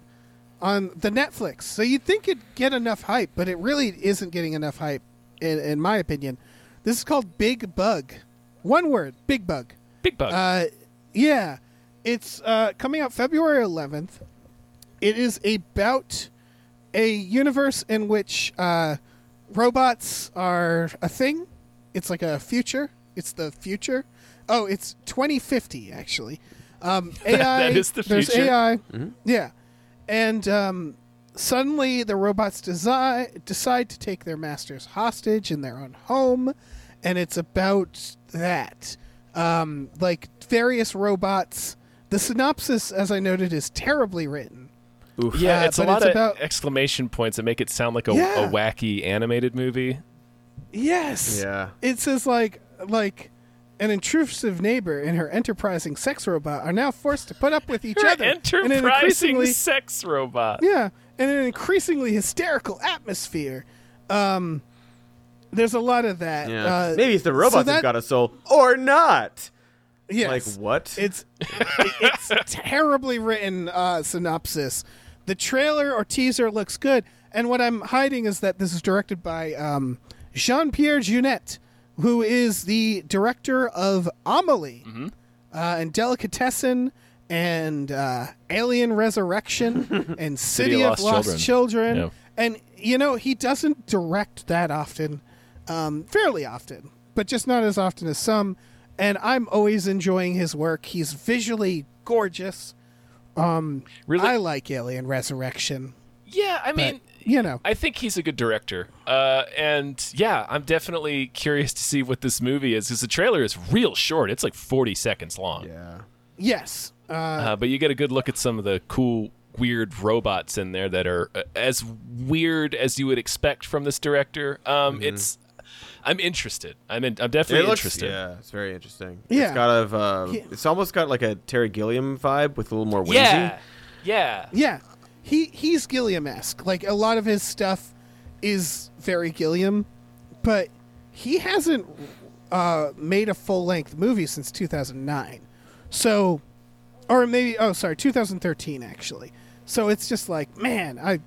on the Netflix. So you'd think it'd get enough hype, but it really isn't getting enough hype, in, in my opinion. This is called Big Bug. One word, Big Bug. Big bug. Uh, yeah, it's uh, coming out February 11th. It is about a universe in which uh, robots are a thing. It's like a future. It's the future. Oh, it's 2050 actually. Um, AI. That is the There's future. Mm-hmm. AI. Yeah, and um, suddenly the robots desi- decide to take their masters hostage in their own home, and it's about that. Um, like various robots. The synopsis, as I noted, is terribly written. yeah, uh, it's a but lot it's of about- exclamation points that make it sound like a, Yeah. a wacky animated movie. Yes. Yeah. It says like like an intrusive neighbor and her enterprising sex robot are now forced to put up with each Her other in an enterprising increasingly sex robot. yeah, in an increasingly hysterical atmosphere. Um, there's a lot of that. Yeah. Uh, Maybe it's the so robots that, that- have got a soul or not. yes. Like what? It's it's terribly written uh, synopsis. The trailer or teaser looks good, and what I'm hiding is that this is directed by um, Jean-Pierre Junet, who is the director of Amelie Mm-hmm. uh, and Delicatessen and uh, Alien Resurrection and City, of Lost, Children. Yeah. And you know he doesn't direct that often, um, fairly often, but just not as often as some. And I'm always enjoying his work. He's visually gorgeous. Really? I like Alien Resurrection. yeah, I mean, You know, I think he's a good director. Uh, and yeah, I'm definitely curious to see what this movie is because the trailer is real short. It's like 40 seconds long. yeah. yes, uh, Uh, but you get a good look at some of the cool, weird robots in there that are uh, as weird as you would expect from this director. Um, Mm-hmm. It's, I'm interested. I'm in, I'm definitely interested. Yeah, it's very interesting. Yeah. It's got a. Uh, Yeah. It's almost got like a Terry Gilliam vibe with a little more whimsy. Yeah, yeah. yeah. He he's Gilliam-esque. Like a lot of his stuff is very Gilliam, but he hasn't uh, made a full length movie since 2009. So, or maybe oh sorry, 2013 actually. So it's just like man, I.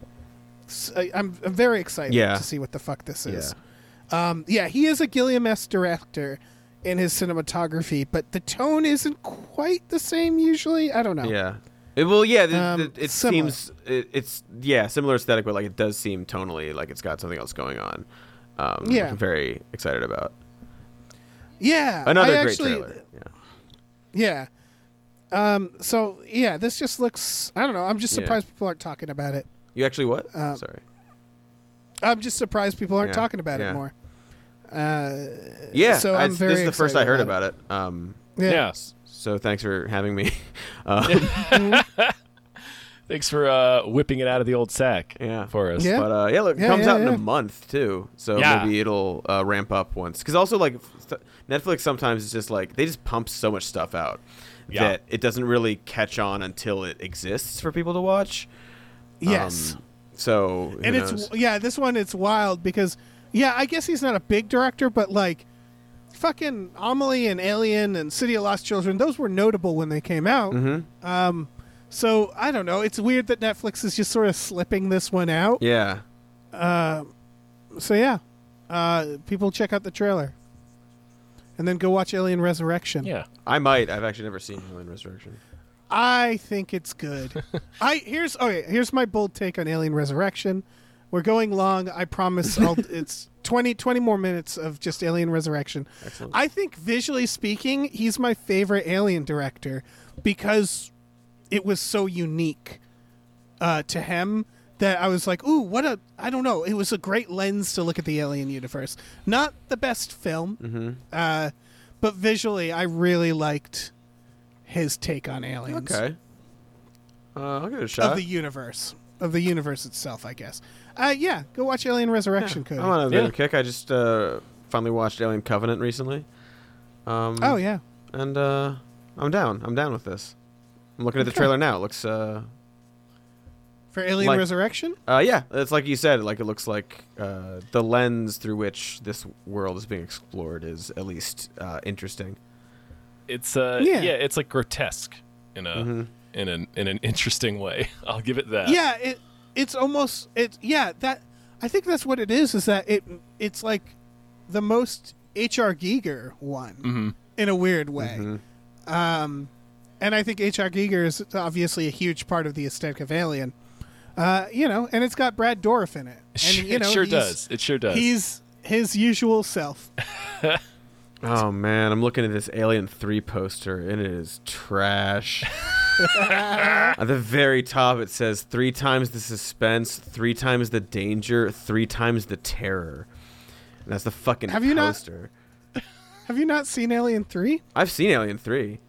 I- I'm very excited Yeah. to see what the fuck this is. Um, yeah, he is a Gilliam S. director in his cinematography, but the tone isn't quite the same usually. I don't know. Yeah. It, well, yeah. The, Um, the, it similar. seems it, it's yeah similar aesthetic, but like it does seem tonally like it's got something else going on. Um, Yeah. I'm very excited about Yeah, another I great actually- trailer. Yeah. Yeah. Um. So yeah, this just looks. I don't know. I'm just Yeah. surprised people aren't talking about it. You actually what? Uh, Sorry. I'm just surprised people aren't Yeah, talking about yeah. it more. Yeah. so I- I'm very this is the first I excited heard about about it. Um, Yeah. Yeah. so thanks for having me. Um, Thanks for uh, whipping it out of the old sack Yeah. for us. Yeah. But uh, yeah, look, it Yeah, comes yeah, out in yeah. a month too, so Yeah. maybe it'll uh, ramp up once. Because also, like st- Netflix, sometimes it's just like they just pump so much stuff out Yeah. that it doesn't really catch on until it exists for people to watch. Yes. Um, so who and it's knows? yeah, this one it's wild because yeah, I guess he's not a big director, but like fucking Amelie and Alien and City of Lost Children, those were notable when they came out. Um, Mm-hmm. so I don't know. It's weird that Netflix is just sort of slipping this one out. yeah. So yeah, uh, people check out the trailer, and then go watch Alien Resurrection. Yeah. I might. I've actually never seen Alien Resurrection. I think it's good. I here's okay. Here's my bold take on Alien Resurrection. We're going long. I promise. I'll, it's 20, 20 more minutes of just Alien Resurrection. Excellent. I think visually speaking, he's my favorite Alien director because it was so unique uh, to him that I was like, "Ooh, what a!" I don't know. It was a great lens to look at the Alien universe. Not the best film, Mm-hmm. uh, but visually, I really liked his take on aliens Okay. Uh, I'll give it a shot. of the universe of the universe itself i guess uh yeah go watch alien resurrection Cody. I'm on a bit of Yeah. a kick. I just uh, finally watched Alien Covenant recently. Um, oh yeah and uh, I'm down. I'm down with this. I'm looking at the trailer now. It looks, uh, for alien Like- resurrection uh, yeah, it's like you said. Like it looks like uh, the lens through which this world is being explored is at least uh, interesting. It's uh Yeah. yeah. it's like grotesque in a Mm-hmm. in an in an interesting way. I'll give it that. yeah it it's almost it yeah that i think that's what it is is that it it's like the most hr giger one in a weird way um and i think hr giger is obviously a huge part of the aesthetic of alien uh you know and it's got brad dorff in it and Sure- you know it sure he's- does. It sure does. he's his usual self Oh man, I'm looking at this Alien Three poster and it is trash. At the very top, it says three times the suspense, three times the danger, three times the terror. And that's the fucking Have you not- poster. Have you not seen Alien 3? I've seen Alien Three.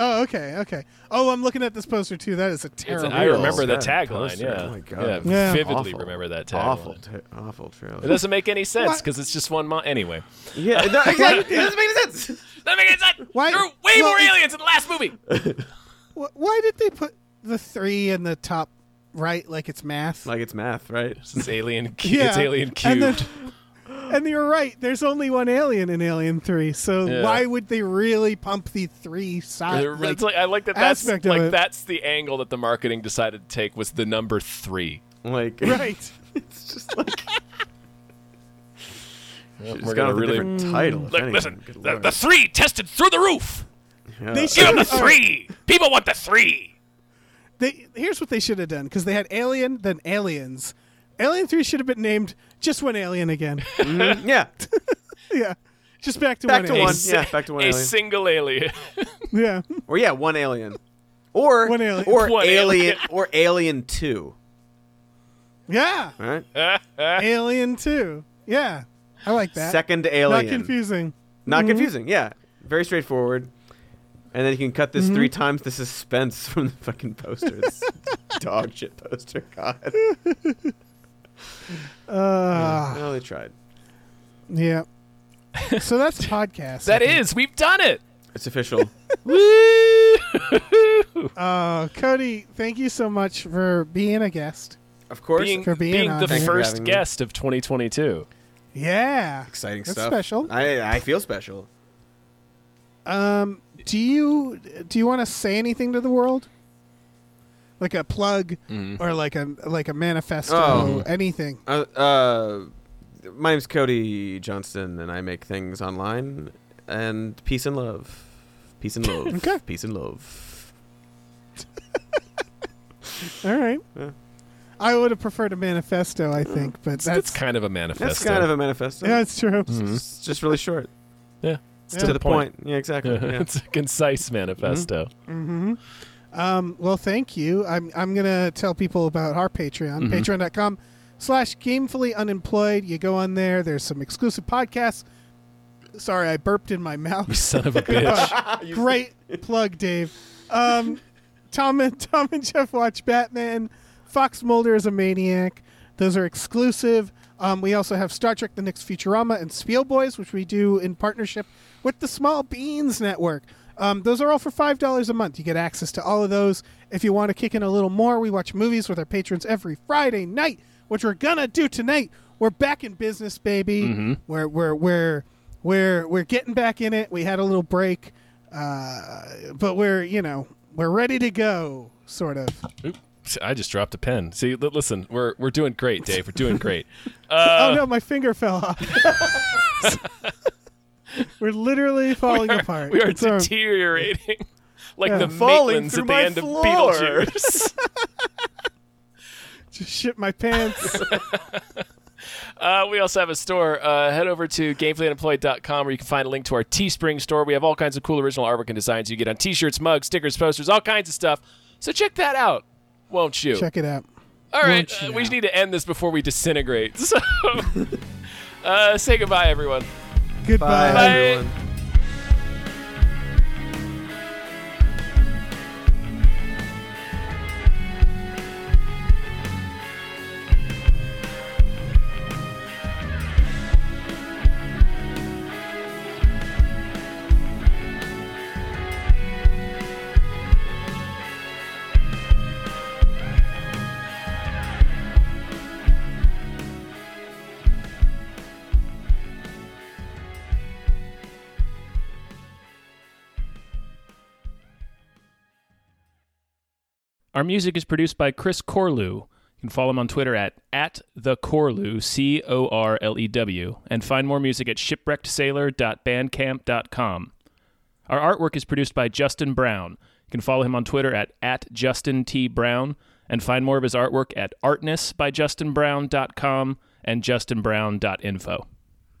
Oh, okay, okay. Oh, I'm looking at this poster too. That is a It's terrible. an, I real remember the sad tagline. poster. Yeah. Oh my God. yeah, Yeah. vividly Awful. remember that tagline. Awful, ta- awful trailer. It doesn't make any sense What? because it's just one month. Anyway, Yeah, no, exactly. it doesn't make any sense. Doesn't make any sense. Why- There were way well, more it's- aliens in the last movie. Wh- Why did they put the three in the top right like it's math? Like it's math, right? It's alien. cu- yeah. It's alien And, cubed. then, and you're right. There's only one alien in Alien Three, so Yeah. why would they really pump the three side? It's like, I like that. That's aspect of like it. that's the angle that the marketing decided to take was the number three. Like right. it's just like We're it's got gonna a really- different title. if Look, anything. listen, Good the, lord. the three tested through the roof. Yeah. They Give should them the all right, three. People want the three. they, here's what they should have done because they had Alien, then Aliens. Alien Three should have been named just one alien again. Mm, yeah. yeah, just back to one. Back to one. alien. Yeah, back to one a alien. single alien. Yeah, Or yeah, one alien. Or One alien. Or One alien, alien. or alien two. yeah. All right. Alien Two. Yeah, I like that. Second Not alien. confusing. Mm-hmm. Not confusing, yeah. Very straightforward. And then you can cut this three Mm-hmm. times the suspense from the fucking poster. It's dog shit poster. God. Uh, No, they tried. yeah. So that's a podcast. That is, we've done it. It's official. Woo! Uh, Cody, thank you so much for being a guest. Of course. being for being being on. the Thanks for first having me. guest of 2022. Yeah. Exciting That's stuff. special. I, I feel special. Um, do you do you want to say anything to the world? Like a plug or like a like a manifesto, Oh. anything. Uh, uh, my name's Cody Johnston, and I make things online. And peace and love. Peace and love. Okay. Peace and love. All right. Yeah. I would have preferred a manifesto, I think, but That's that's, kind of a manifesto. Mm-hmm. That's kind of a manifesto. yeah, it's true. It's just really short. yeah. It's Yeah. to To the the point. Yeah, exactly. Yeah. it's a concise manifesto. Um, well, thank you. I'm, I'm going to tell people about our Patreon, patreon.com slash gamefully unemployed. You go on there. There's some exclusive podcasts. Sorry, I burped in my mouth. You son of a bitch. Great plug, Dave. Um, Tom and Tom and Jeff watch Batman. Fox Mulder is a maniac. Those are exclusive. Um, we also have Star Trek: The Next Futurama and Spiel Boys, which we do in partnership with the Small Beans Network. Um, those are all for five dollars a month. You get access to all of those. If you want to kick in a little more, we watch movies with our patrons every Friday night, which we're gonna do tonight. We're back in business, baby. We're we're we're we're we're getting back in it. We had a little break uh, but we're you know we're ready to go sort of Uh, I just dropped a pen. See, li- listen, we're we're doing great, Dave. We're doing great. oh no my finger fell off we're literally falling apart We are It's our- deteriorating like Yeah. the Falling Maitlands through at the my end floor. of Beetlejuice. just shit my pants Uh, we also have a store. Uh, head over to gamefullyunemployed.com where you can find a link to our Teespring store. We have all kinds of cool original artwork and designs you get on t shirts, mugs, stickers, posters, all kinds of stuff. So check that out, won't you? check it out all right, won't uh, you we now? need to end this before we disintegrate. So uh, say goodbye, everyone. goodbye Bye. everyone. Our music is produced by Chris Corlew. You can follow him on Twitter at, at the Corlew, C O R L E W, and find more music at shipwreckedsailor.bandcamp.com. Our artwork is produced by Justin Brown. You can follow him on Twitter at, at Justin T. Brown, and find more of his artwork at artnessbyjustinbrown.com and justinbrown.info.